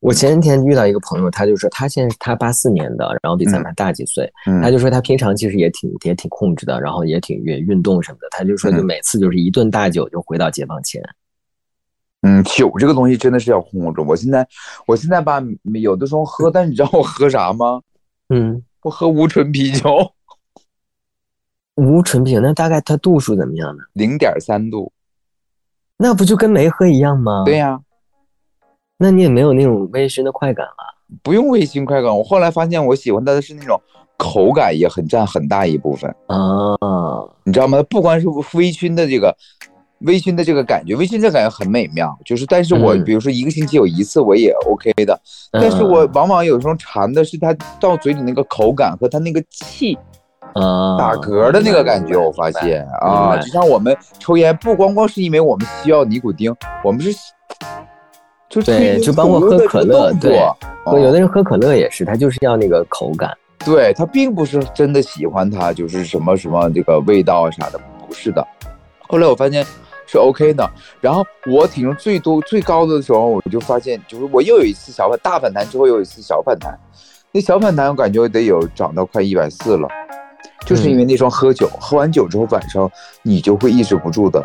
Speaker 1: 我前几天遇到一个朋友，他就说他现在他八四年的，然后比咱们还大几岁，
Speaker 2: 嗯，
Speaker 1: 他就说他平常其实也挺也挺控制的，然后也挺运运动什么的，他就说就
Speaker 2: 嗯
Speaker 1: 每次就是一顿大酒就回到解放前。
Speaker 2: 嗯，酒这个东西真的是要控制。我现在，我现在吧，有的时候喝，但你知道我喝啥吗？
Speaker 1: 嗯，
Speaker 2: 我喝无醇啤酒，
Speaker 1: 无醇啤酒，那大概它度数怎么样呢？
Speaker 2: 零点三度。
Speaker 1: 那不就跟没喝一样吗？
Speaker 2: 对、呀、
Speaker 1: 那你也没有那种微醺的快感了。
Speaker 2: 不用味精快感。我后来发现，我喜欢它的是那种口感也很占很大一部分，
Speaker 1: 啊，
Speaker 2: 你知道吗？不光是微醺的这个，微醺的这个感觉，微醺这感觉很美妙。就是，但是我
Speaker 1: 嗯
Speaker 2: 比如说一个星期有一次我也 OK 的，但是我往往有时候馋的是它到嘴里那个口感和它那个气
Speaker 1: 啊
Speaker 2: 打嗝的那个感觉。我发现
Speaker 1: 明
Speaker 2: 啊，
Speaker 1: 白
Speaker 2: 就像我们抽烟，不光光是因为我们需要尼古丁，我们是。就
Speaker 1: 对就包括喝可乐对
Speaker 2: 对
Speaker 1: 有的人喝可乐也是，他就是要那个口感。
Speaker 2: 对他并不是真的喜欢它，就是什么什么这个味道啊啥的，不是的。后来我发现是 OK 的，然后我体重最多最高的时候，我就发现就是我又有一次小反大反弹之后又有一次小反弹，那小反弹我感觉得有涨到快一百四了，就是因为那双喝酒，喝完酒之后晚上你就会抑制不住的，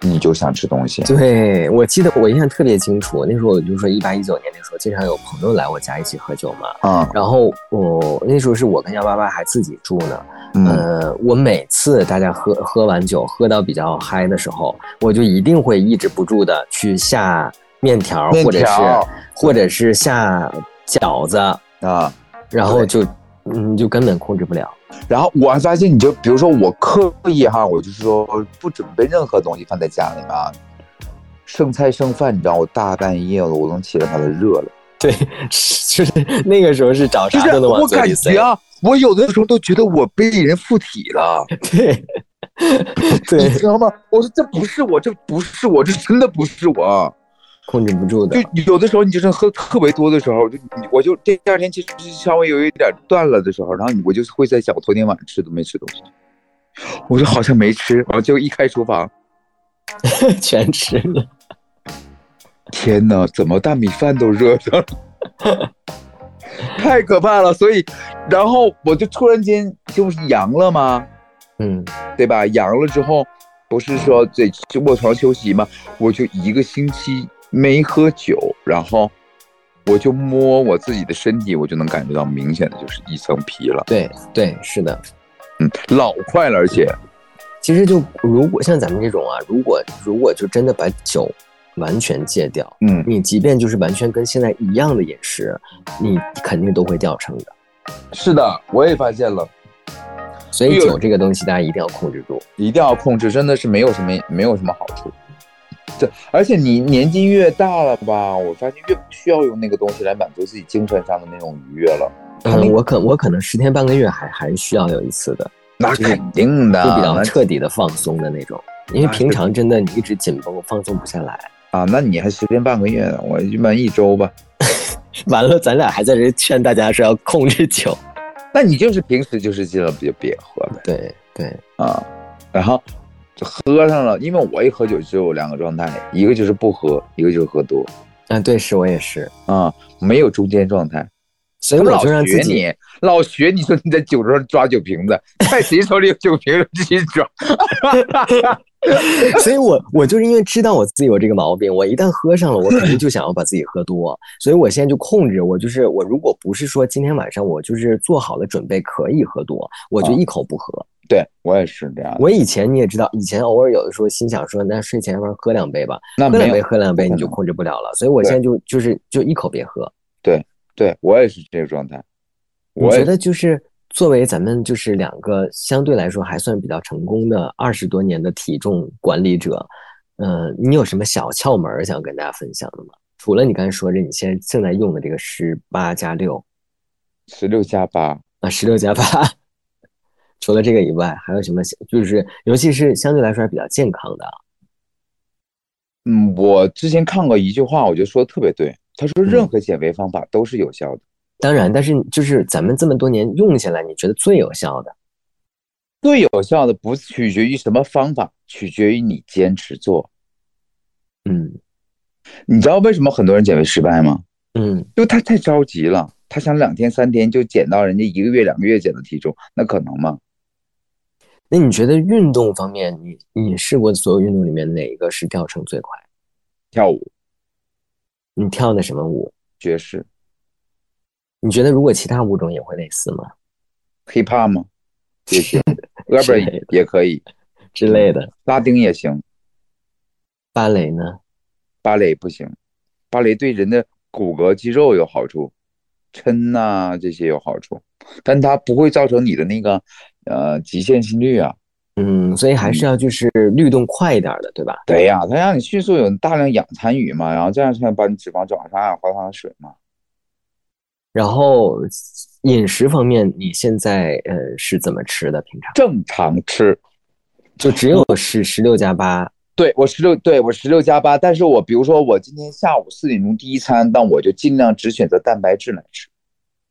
Speaker 2: 你就想吃东西。
Speaker 1: 对，我记得我印象特别清楚，那时候我就说一八一九年那时候，经常有朋友来我家一起喝酒嘛。
Speaker 2: 啊，
Speaker 1: 然后我那时候是我跟幺八八还自己住呢，
Speaker 2: 嗯
Speaker 1: 呃，我每次大家喝喝完酒，喝到比较嗨的时候，我就一定会抑制不住的去下面条，
Speaker 2: 面条
Speaker 1: 或者是或者是下饺子，
Speaker 2: 啊，
Speaker 1: 然后就嗯就根本控制不了。
Speaker 2: 然后我还发现，你就比如说我刻意哈，我就是说不准备任何东西放在家里面啊，剩菜剩饭，你知道我大半夜的我能起来把它热了，
Speaker 1: 就是那个时候是找
Speaker 2: 就
Speaker 1: 啥
Speaker 2: 是
Speaker 1: 都能往
Speaker 2: 我
Speaker 1: 嘴
Speaker 2: 感
Speaker 1: 里塞
Speaker 2: 觉，啊，我有的时候都觉得我被人附体了，
Speaker 1: 对
Speaker 2: 你
Speaker 1: 对，
Speaker 2: 知道吗？我说这不是我，这不是我，这真的不是我。
Speaker 1: 控制不住的
Speaker 2: 就。有的时候你就是喝特别多的时候，就你我就第二天其实稍微有一点断了的时候，然后我就会在想，我头天晚上吃都没吃东西，我说好像没吃，然后结果一开厨房。
Speaker 1: 全吃 了。
Speaker 2: 天呐，怎么大米饭都热上了？ 太可怕了！所以，然后我就突然间就是阳了嘛，
Speaker 1: 嗯，
Speaker 2: 对吧？阳了之后，不是说得就卧床休息嘛，我就一个星期没喝酒，然后我就摸我自己的身体，我就能感觉到明显的就是一层皮了，
Speaker 1: 对对，是的。
Speaker 2: 嗯，老快了，而且
Speaker 1: 其实就如果像咱们这种啊，如果如果就真的把酒完全戒掉。
Speaker 2: 嗯，
Speaker 1: 你即便就是完全跟现在一样的饮食，你肯定都会掉秤的。
Speaker 2: 是的，我也发现了，
Speaker 1: 所以酒这个东西大家一定要控制住。
Speaker 2: 一定要控制，真的是没有什么没有什么好处。这而且你年纪越大了吧，我发现越不需要用那个东西来满足自己精神上的那种愉悦了。
Speaker 1: 嗯，我可我可能十天半个月还还需要有一次的，
Speaker 2: 那肯定的，
Speaker 1: 就比较
Speaker 2: 啊那
Speaker 1: 彻底的放松的那种，因为
Speaker 2: 那是
Speaker 1: 平常真的你一直紧绷，放松不下来。
Speaker 2: 啊，那你还十天半个月呢，我一般一周吧。
Speaker 1: 完了，咱俩还在这劝大家说要控制酒。
Speaker 2: 那你就是平时就是尽量别别喝呗
Speaker 1: 对对，
Speaker 2: 啊，然后就喝上了，因为我一喝酒只有两个状态，一个就是不喝，一个就是喝多
Speaker 1: 啊，对，是我也是，
Speaker 2: 啊，没有中间状态。
Speaker 1: 所以
Speaker 2: 他们
Speaker 1: 我
Speaker 2: 老
Speaker 1: 就让
Speaker 2: 学
Speaker 1: 自己
Speaker 2: 你，老学你说你在酒桌上抓酒瓶子，看谁手里有酒瓶子自己抓。
Speaker 1: 所以我我就是因为知道我自己有这个毛病，我一旦喝上了，我肯定就想要把自己喝多，所以我现在就控制，我就是我如果不是说今天晚上我就是做好了准备可以喝多，我
Speaker 2: 啊
Speaker 1: 就一口不喝。
Speaker 2: 对我也是这样的，
Speaker 1: 我以前你也知道，以前偶尔有的时候心想说，那睡前要不然喝两杯吧，
Speaker 2: 那
Speaker 1: 喝
Speaker 2: 啊没
Speaker 1: 两杯
Speaker 2: 有，嗯
Speaker 1: 喝两杯你
Speaker 2: 不可能
Speaker 1: 就控制不了了，所以我现在就就是就一口别喝。
Speaker 2: 对我也是这个状态。
Speaker 1: 我
Speaker 2: 我也
Speaker 1: 觉得就是作为咱们就是两个相对来说还算比较成功的二十多年的体重管理者，呃，你有什么小窍门儿想跟大家分享的吗？除了你刚才说这你现在正在用的这个十八加六
Speaker 2: 十六加八，
Speaker 1: 啊，十六加八， 除了这个以外，还有什么小？就是尤其是相对来说还比较健康的啊，
Speaker 2: 嗯，我之前看过一句话，我觉得说的特别对。他说，任何减肥方法都是有效的。
Speaker 1: 当然，但是就是咱们这么多年用下来，你觉得最有效的？
Speaker 2: 最有效的不取决于什么方法，取决于你坚持做。
Speaker 1: 嗯
Speaker 2: 你知道为什么很多人减肥失败吗？
Speaker 1: 嗯，
Speaker 2: 因为他太着急了，他想两天三天就减到人家一个月两个月减的体重，那可能吗？
Speaker 1: 那你觉得运动方面，你你试过所有运动里面哪一个是掉秤最快？
Speaker 2: 跳舞、
Speaker 1: 你跳的什么舞？
Speaker 2: 爵士、
Speaker 1: 你觉得如果其他舞种也会类似吗？
Speaker 2: hiphop 吗？也行，urban 也可以，
Speaker 1: 之类的，
Speaker 2: 拉丁也行，
Speaker 1: 芭蕾呢？
Speaker 2: 芭蕾不行，芭蕾对人的骨骼肌肉有好处，抻呐、这些有好处，但它不会造成你的那个呃极限心率啊。
Speaker 1: 嗯，所以还是要就是律动快一点的，对吧？
Speaker 2: 对呀、它让你迅速有大量氧参与嘛，然后这样才能把你脂肪转化化成水嘛。
Speaker 1: 然后饮食方面，你现在呃是怎么吃的？平常
Speaker 2: 正常吃，
Speaker 1: 就只有是十六加八，
Speaker 2: 对我十六，对我十六加八，但是我比如说我今天下午四点钟第一餐，但我就尽量只选择蛋白质来吃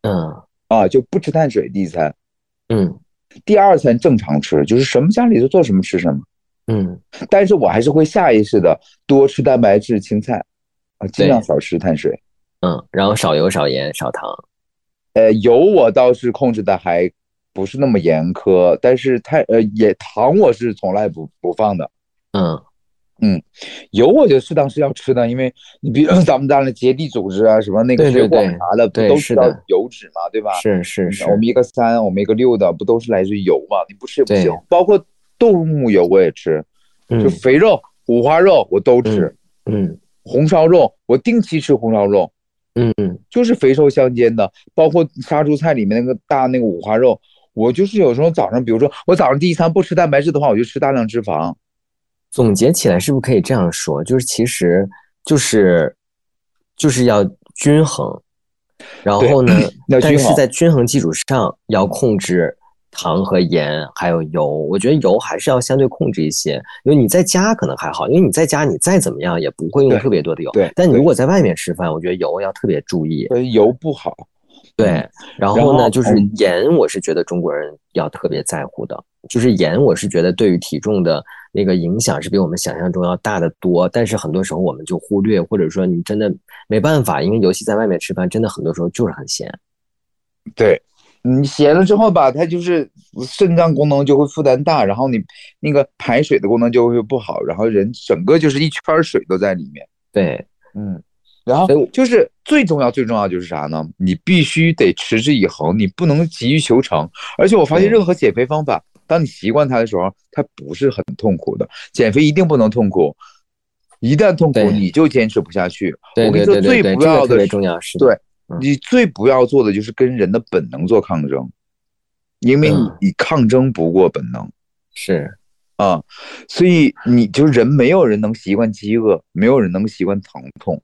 Speaker 1: 嗯
Speaker 2: 啊，就不吃碳水第一餐，
Speaker 1: 嗯
Speaker 2: 第二餐正常吃，就是什么家里就做什么吃什么，
Speaker 1: 嗯，
Speaker 2: 但是我还是会下意识的多吃蛋白质、青菜，啊，尽量少吃碳水。
Speaker 1: 嗯，然后少油、少盐、少糖，
Speaker 2: 呃，油我倒是控制的还不是那么严苛，但是太呃也糖我是从来不不放的，
Speaker 1: 嗯
Speaker 2: 油我觉得适当是要吃的，因为你比如咱们当然结缔组织啊，什么那个
Speaker 1: 对对
Speaker 2: 血管
Speaker 1: 对
Speaker 2: 啥的，不
Speaker 1: 对
Speaker 2: 都
Speaker 1: 是
Speaker 2: 需要
Speaker 1: 的
Speaker 2: 油脂嘛，对吧？嗯
Speaker 1: 是是是
Speaker 2: 欧，米伽三、欧米伽六的不都是来自于油嘛？你不吃也不行
Speaker 1: 对。
Speaker 2: 包括动物油我也吃，
Speaker 1: 嗯
Speaker 2: 就肥肉、五花肉我都吃，
Speaker 1: 嗯
Speaker 2: 红烧肉我定期吃红烧肉，
Speaker 1: 嗯嗯
Speaker 2: 就是肥瘦相间的。包括杀猪菜里面那个大那个五花肉，我就是有时候早上，比如说我早上第一餐不吃蛋白质的话，我就吃大量脂肪。，
Speaker 1: 总结起来，是不是可以这样说？就是其实就是就是要均衡，然后呢
Speaker 2: 要
Speaker 1: 但
Speaker 2: 均衡
Speaker 1: 是在均衡基础上要控制糖和盐还有油。我觉得油还是要相对控制一些，因为你在家可能还好，因为你在家你再怎么样也不会用
Speaker 2: 对
Speaker 1: 特别多的油。
Speaker 2: 对
Speaker 1: 但你
Speaker 2: 对
Speaker 1: 如果在外面吃饭，我觉得油要特别注意。
Speaker 2: 呃，油不好。
Speaker 1: 对，然后
Speaker 2: 嗯然后
Speaker 1: 呢，就是
Speaker 2: 嗯
Speaker 1: 盐，我是觉得中国人要特别在乎的，就是盐，我是觉得对于体重的那个影响是比我们想象中要大得多，但是很多时候我们就忽略，或者说你真的没办法，因为尤其在外面吃饭，真的很多时候就是很咸。
Speaker 2: 对，你咸了之后吧，它就是肾脏功能就会负担大，然后你那个排水的功能就会不好，然后人整个就是一圈儿水都在里面。
Speaker 1: 对，
Speaker 2: 嗯，然后
Speaker 1: 所以我
Speaker 2: 就是最重要最重要就是啥呢？你必须得持之以恒，你不能急于求成。而且我发现
Speaker 1: 对
Speaker 2: 任何减肥方法，当你习惯它的时候，它不是很痛苦的。减肥一定不能痛苦。一旦痛苦
Speaker 1: 对
Speaker 2: 你就坚持不下去。
Speaker 1: 对
Speaker 2: 我跟
Speaker 1: 对对
Speaker 2: 你说最
Speaker 1: 对对，
Speaker 2: 不
Speaker 1: 这
Speaker 2: 要
Speaker 1: 个特
Speaker 2: 的
Speaker 1: 别
Speaker 2: 是
Speaker 1: 重要，是的
Speaker 2: 对
Speaker 1: 嗯
Speaker 2: 你最不要做的就是跟人的本能做抗争，因为你
Speaker 1: 嗯
Speaker 2: 你抗争不过本能
Speaker 1: 是，
Speaker 2: 啊，所以你就是人，没有人能习惯饥饿，没有人能习惯疼痛，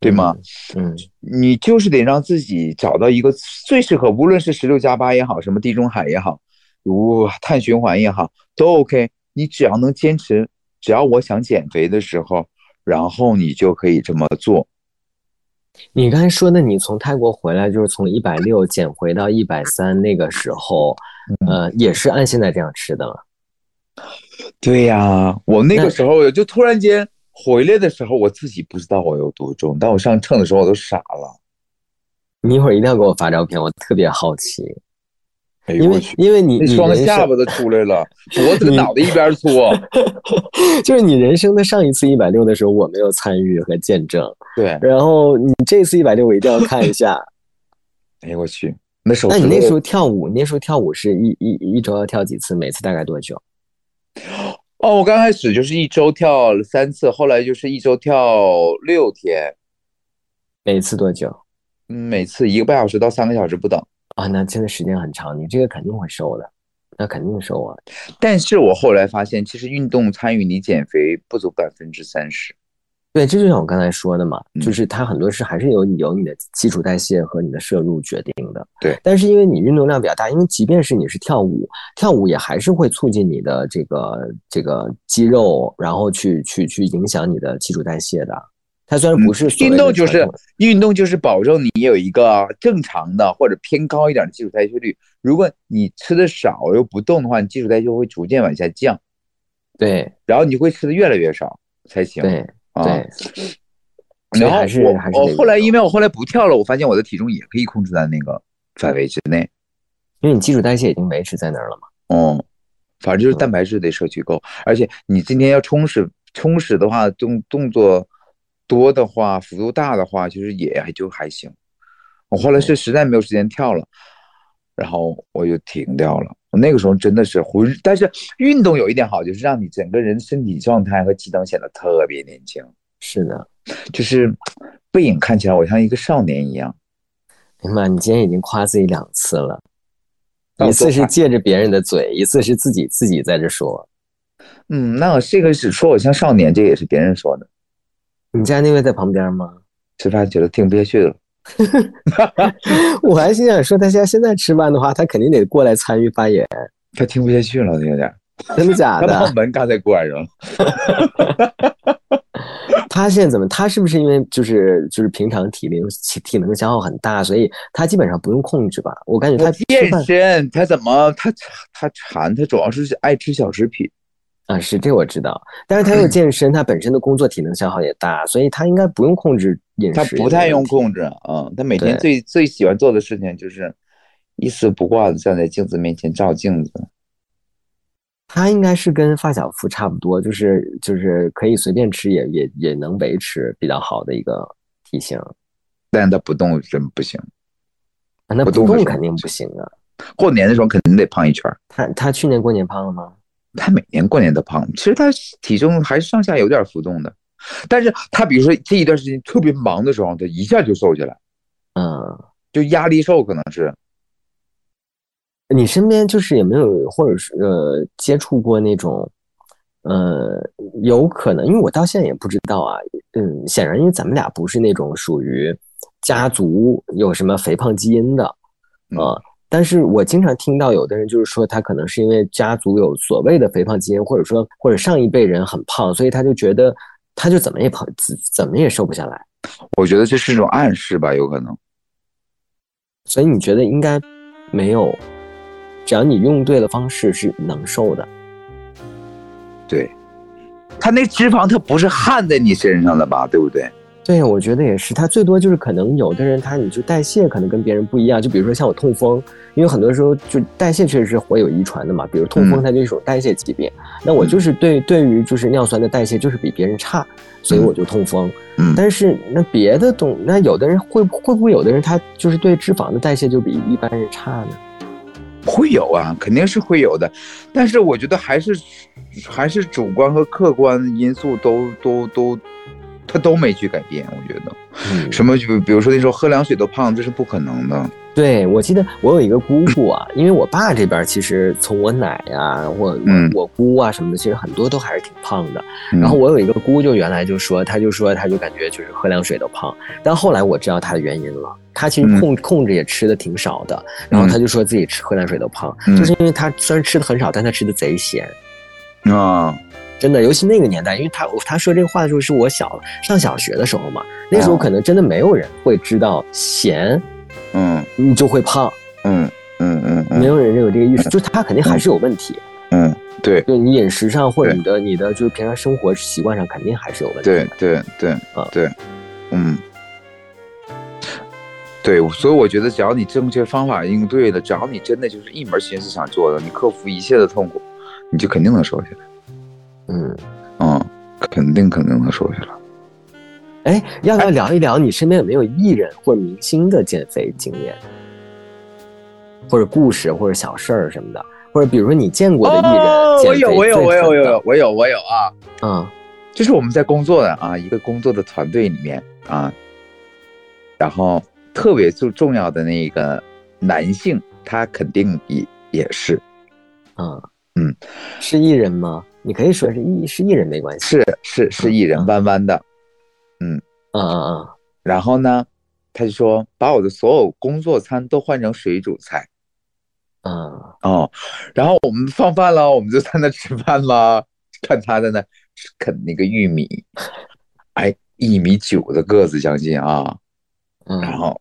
Speaker 2: 对吗？
Speaker 1: 嗯？
Speaker 2: 你就是得让自己找到一个最适合，无论是十六加八也好，什么地中海也好，如碳循环也好，都 OK。你只要能坚持，只要我想减肥的时候，然后你就可以这么做。
Speaker 1: 嗯，你刚才说的，你从泰国回来就是从一百六减回到一百三，那个时候，
Speaker 2: 嗯
Speaker 1: 呃，也是按现在这样吃的吗？
Speaker 2: 对呀、我那
Speaker 1: 那
Speaker 2: 个时候就突然间回来的时候，我自己不知道我有多重，但我上秤的时候我都傻了。
Speaker 1: 你一会儿一定要给我发照片，我特别好奇，
Speaker 2: 哎呦
Speaker 1: 因
Speaker 2: 我
Speaker 1: 为
Speaker 2: 去，
Speaker 1: 因为你
Speaker 2: 那
Speaker 1: 你
Speaker 2: 双
Speaker 1: 人生
Speaker 2: 下巴都出来了，脖子跟脑袋一边粗。
Speaker 1: 就是你人生的上一次一百六的时候，我没有参与和见证，
Speaker 2: 对，
Speaker 1: 然后你这次一百六我一定要看一 下。
Speaker 2: 哎呦我去，那手
Speaker 1: 那你
Speaker 2: 指
Speaker 1: 那
Speaker 2: 头
Speaker 1: 时候跳舞，你那时候跳舞是一一一周要跳几次？每次大概多久？
Speaker 2: 哦，我刚开始就是一周跳了三次，后来就是一周跳六天，
Speaker 1: 每次多久？
Speaker 2: 嗯，每次一个半小时到三个小时不等。
Speaker 1: 啊，那真的时间很长，你这个肯定会瘦的，那肯定瘦啊。
Speaker 2: 但是我后来发现，其实运动参与你减肥不足百分之三十。
Speaker 1: 对，这就像我刚才说的嘛，
Speaker 2: 嗯
Speaker 1: 就是它很多是还是由你由你的基础代谢和你的摄入决定的。
Speaker 2: 对
Speaker 1: 但是因为你运动量比较大，因为即便是你是跳舞，跳舞也还是会促进你的这个这个肌肉，然后去去去影响你的基础代谢的。它虽然不是所谓
Speaker 2: 嗯运
Speaker 1: 的
Speaker 2: 动就
Speaker 1: 传
Speaker 2: 是
Speaker 1: 统
Speaker 2: 运动，就是保证你有一个正常的或者偏高一点的基础代谢率。如果你吃的少又不动的话，你基础代谢会逐渐往下降，
Speaker 1: 对
Speaker 2: 然后你会吃的越来越少才行。
Speaker 1: 对
Speaker 2: 啊，
Speaker 1: 对，所以
Speaker 2: 然后
Speaker 1: 还是
Speaker 2: 我
Speaker 1: 还是得
Speaker 2: 我后来
Speaker 1: 运动
Speaker 2: 因为我后来不跳了，我发现我的体重也可以控制在那个范围之内。
Speaker 1: 因为你基础代谢已经维持在那儿了嘛。
Speaker 2: 嗯，反正就是
Speaker 1: 嗯
Speaker 2: 蛋白质得摄取够，而且你今天要充实，充实的话，动动作多的话，幅度大的话，就是也还就还行。我后来是实在没有时间跳了，然后我就停掉了。我那个时候真的是浑，但是运动有一点好，就是让你整个人身体状态和机能显得特别年轻，
Speaker 1: 是的，
Speaker 2: 就是背影看起来我像一个少年一样。
Speaker 1: 明白？你今天已经夸自己两次了，
Speaker 2: 那
Speaker 1: 一
Speaker 2: 我
Speaker 1: 次
Speaker 2: 多
Speaker 1: 是
Speaker 2: 夸
Speaker 1: 借着别人的嘴，一次是自己自己在这说。
Speaker 2: 嗯，那我这个是说我像少年，这也是别人说的，
Speaker 1: 你家那位在旁边吗？
Speaker 2: 吃饭觉得挺憋屈了。
Speaker 1: 我还心想说，他家现在吃饭的话，他肯定得过来参与发言，
Speaker 2: 他听不下去了，有点儿。
Speaker 1: 真的假
Speaker 2: 他 把
Speaker 1: 的？
Speaker 2: 门刚才关上了。
Speaker 1: 他现在怎么？他是不是因为就是就是平常体力体体能消耗很大，所以他基本上不用控制吧？我感觉他吃
Speaker 2: 健
Speaker 1: 饭
Speaker 2: 身，他怎么他他馋，他主要是爱吃小食品。
Speaker 1: 啊，是这我知道，但是他又健身，他本身的工作体能消耗也大，所以他应该不用控制饮食，
Speaker 2: 他不太用。控制啊、嗯他每天最最喜欢做的事情就是一丝不挂的站在镜子面前照镜子。
Speaker 1: 他应该是跟发小夫差不多，就是就是可以随便吃也，也也能维持比较好的一个体型。
Speaker 2: 但他不动真不行，
Speaker 1: 啊那
Speaker 2: 不
Speaker 1: 不
Speaker 2: 动是
Speaker 1: 动
Speaker 2: 吧
Speaker 1: 肯定不行啊。
Speaker 2: 过年的时候肯定得胖一圈儿。
Speaker 1: 他他去年过年胖了吗？
Speaker 2: 他每年过年都胖，其实他体重还是上下有点浮动的，但是他比如说这一段时间特别忙的时候，他一下就瘦下来，
Speaker 1: 嗯，
Speaker 2: 就压力瘦可能是。
Speaker 1: 你身边就是也没有，或者是呃接触过那种，呃，有可能，因为我到现在也不知道啊。嗯，显然因为咱们俩不是那种属于家族有什么肥胖基因的，啊、但是我经常听到有的人就是说，他可能是因为家族有所谓的肥胖基因，或者说或者上一辈人很胖，所以他就觉得他就怎么也胖，怎怎么也瘦不下来。
Speaker 2: 我觉得这是一种暗示吧，有可能。
Speaker 1: 所以你觉得应该没有，只要你用对了方式是能瘦的。
Speaker 2: 对，他那脂肪它不是焊在你身上的吧，对不对？
Speaker 1: 对，我觉得也是，他最多就是可能有的人他你就代谢可能跟别人不一样，就比如说像我痛风，因为很多时候就代谢确实是会有遗传的嘛，比如痛风
Speaker 2: 嗯
Speaker 1: 它就是一种代谢疾病，那我就是对对于就是尿酸的代谢就是比别人差，所以我就痛风。
Speaker 2: 嗯
Speaker 1: 但是那别的东，那有的人会会不会有的人他就是对脂肪的代谢就比一般人差呢？
Speaker 2: 会有啊，肯定是会有的，但是我觉得还是还是主观和客观因素都都都，他都没去改变。我觉得
Speaker 1: 嗯
Speaker 2: 什么，就比如说那时候喝凉水都胖，这是不可能的。
Speaker 1: 对，我记得我有一个姑姑啊，因为我爸这边其实从我奶呀、我
Speaker 2: 嗯
Speaker 1: 我姑啊什么的，其实很多都还是挺胖的。
Speaker 2: 嗯
Speaker 1: 然后我有一个姑，就原来就说，她就说她就感觉就是喝凉水都胖，但后来我知道她的原因了，她其
Speaker 2: 嗯
Speaker 1: 实控、控制也吃的挺少的，然后她就说自己吃喝凉水都胖，
Speaker 2: 嗯
Speaker 1: 就是因为她虽然吃的很少，但她吃的贼咸。
Speaker 2: 啊，
Speaker 1: 真的，尤其那个年代，因为她她说这个话的时候是我小上小学的时候嘛，那时候
Speaker 2: 哦
Speaker 1: 可能真的没有人会知道咸
Speaker 2: 嗯
Speaker 1: 你就会胖，
Speaker 2: 嗯嗯嗯
Speaker 1: 没
Speaker 2: 嗯
Speaker 1: 有人有这个意识，就他肯定还是有问题，
Speaker 2: 嗯，对
Speaker 1: 就你饮食上或者
Speaker 2: 对
Speaker 1: 你的你的就是平常生活习惯上肯定还是有问题的。
Speaker 2: 对对对
Speaker 1: 啊
Speaker 2: 对，嗯。对，所以我觉得只要你正确方法应对了，只要你真的就是一门心思想做的，你克服一切的痛苦，你就肯定能瘦下来。
Speaker 1: 嗯，
Speaker 2: 嗯，肯定肯定能瘦下来。
Speaker 1: 哎，要不要聊一聊你身边有没有艺人或者明星的减肥经验，或者故事或者小事儿什么的，或者比如说你见过的艺
Speaker 2: 哦
Speaker 1: 人减
Speaker 2: 我
Speaker 1: 肥
Speaker 2: 有我有我有我有
Speaker 1: 最狠的
Speaker 2: 我有我有啊！
Speaker 1: 啊，
Speaker 2: 就是我们在工作的啊，一个工作的团队里面啊，然后特别重重要的那个男性，他肯定也也是
Speaker 1: 嗯
Speaker 2: 嗯，
Speaker 1: 是艺人吗？你可以说是艺是艺人没关系，
Speaker 2: 是是是艺人弯弯的。
Speaker 1: 嗯嗯
Speaker 2: 然后呢，他就说把我的所有工作餐都换成水煮菜
Speaker 1: 嗯嗯，
Speaker 2: 哦，然后我们放饭了，我们就在那吃饭了， 看他在那啃那个玉米，哎，一米九的个子将近啊。
Speaker 1: 嗯
Speaker 2: 然后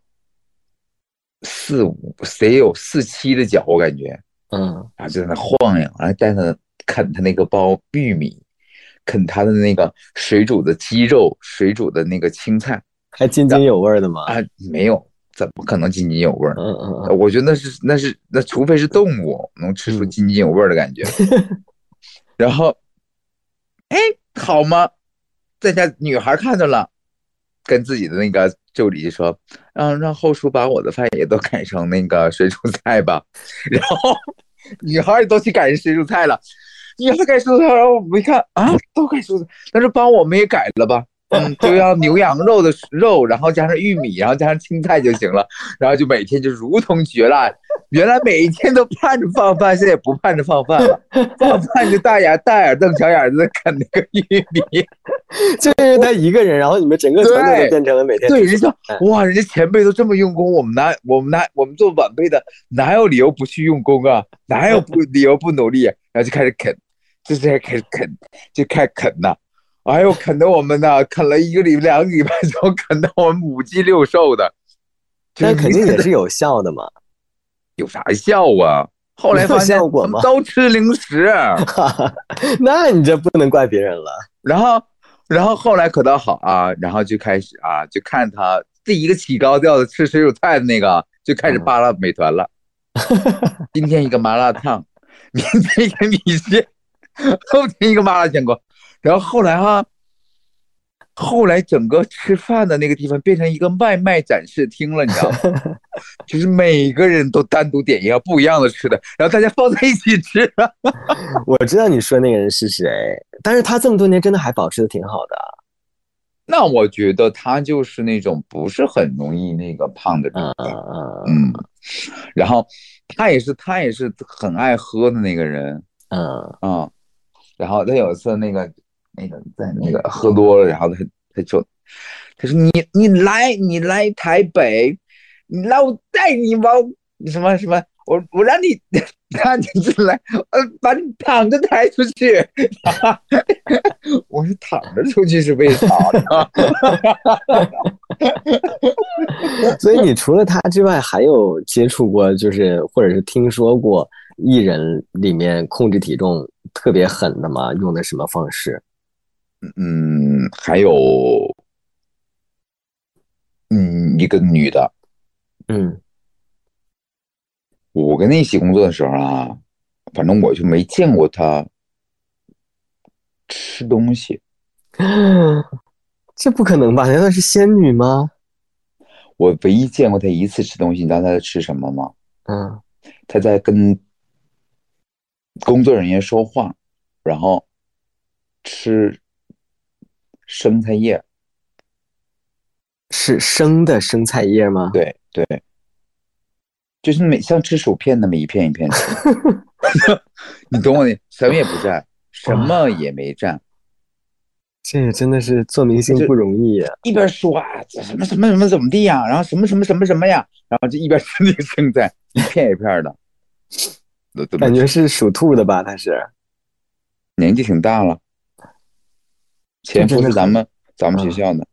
Speaker 2: 四五得有四七的脚，我感觉，
Speaker 1: 嗯
Speaker 2: 然后就在那晃悠，然后带他啃他那个包玉米，啃他的那个水煮的鸡肉，水煮的那个青菜
Speaker 1: 还津津有味儿的吗？
Speaker 2: 啊，没有，怎么可能津津有味儿呢？
Speaker 1: 嗯嗯嗯，
Speaker 2: 我觉得那是那是那，除非是动物能吃出
Speaker 1: 嗯
Speaker 2: 津津有味儿的感觉。然后，哎，好吗？在家女孩看着了，跟自己的那个助理说：“嗯，让后厨把我的饭也都改成那个水煮菜吧。”然后女孩儿都去改成水煮菜了，女孩儿改水煮菜，然后我们一看啊，都改水煮菜，但是帮我们也改了吧。嗯，就要牛羊肉的肉，然后加上玉米，然后加上青菜就行了。然后就每天就如同绝烂，原来每一天都盼着放饭，现在也不盼着放饭了，放饭就大眼大眼瞪小眼儿在啃那个玉米。
Speaker 1: 就是因为他一个人，然后你们整个团队
Speaker 2: 对
Speaker 1: 都变成了每天
Speaker 2: 对，人家
Speaker 1: 嗯
Speaker 2: 哇，人家前辈都这么用功，我们哪我们哪我们做晚辈的哪有理由不去用功啊？哪有不理由不努力？啊然后就开始啃，就这开始啃，就开始啃呐。哎呦，啃的我们呐，啃了一个礼拜、两个礼拜，就啃的我们五鸡六兽的。
Speaker 1: 但
Speaker 2: 就是
Speaker 1: 肯定也是有效的嘛。
Speaker 2: 有啥效啊？后来发现
Speaker 1: 有效果吗
Speaker 2: 都吃零食，
Speaker 1: 哈哈，那你这不能怪别人了。
Speaker 2: 然后，然后后来可倒好啊，然后就开始啊，就看他第一个起高调的吃水煮菜的那个，就开始扒拉美团了。今天一个麻辣烫， 明天一个米线，后天一个麻辣香锅。然后后来啊，后来整个吃饭的那个地方变成一个外卖展示厅了，你知道吗？就是每个人都单独点一样不一样的吃的，然后大家放在一起吃。
Speaker 1: 我知道你说那个人是谁，但是他这么多年真的还保持的挺好的。
Speaker 2: 那我觉得他就是那种不是很容易那个胖的人
Speaker 1: 嗯，嗯
Speaker 2: 嗯，然后他也是他也是很爱喝的那个人
Speaker 1: 嗯
Speaker 2: 啊、然后他有一次那个那个在那个喝多了，然后他他就他说你你来你来台北，你来我带你往什么什么。我我让你 让你进来，呃，把你躺着抬出去。 我是躺着出去是为啥呢？
Speaker 1: 嗯，所以你除了他之外，还有接触过，就是或者是听说过艺人里面控制体重特别狠的吗？用的什么方式？
Speaker 2: 嗯，还有，嗯，一个女的，
Speaker 1: 嗯
Speaker 2: 我跟她一起工作的时候啊，反正我就没见过她吃东西。
Speaker 1: 这不可能吧？难道是仙女吗？
Speaker 2: 我唯一见过她一次吃东西，你知道她在吃什么吗？
Speaker 1: 嗯
Speaker 2: 他在跟工作人员说话，然后吃生菜叶，
Speaker 1: 是生的生菜叶吗？
Speaker 2: 对对，就是每像吃薯片那么一片一片 吃，你懂我的，什么也不蘸，什么也没蘸，
Speaker 1: 这个真的是做明星不容易呀、
Speaker 2: 一边说啊这什么什么什么怎么地呀，然后什么什么什么什么呀，然后就一边吃那个生菜，一片一片的，都都没
Speaker 1: 感觉是属兔的吧？他是
Speaker 2: 年纪挺大了，前
Speaker 1: 这
Speaker 2: 夫
Speaker 1: 真的
Speaker 2: 是咱
Speaker 1: 很
Speaker 2: 们咱们学
Speaker 1: 啊
Speaker 2: 校的，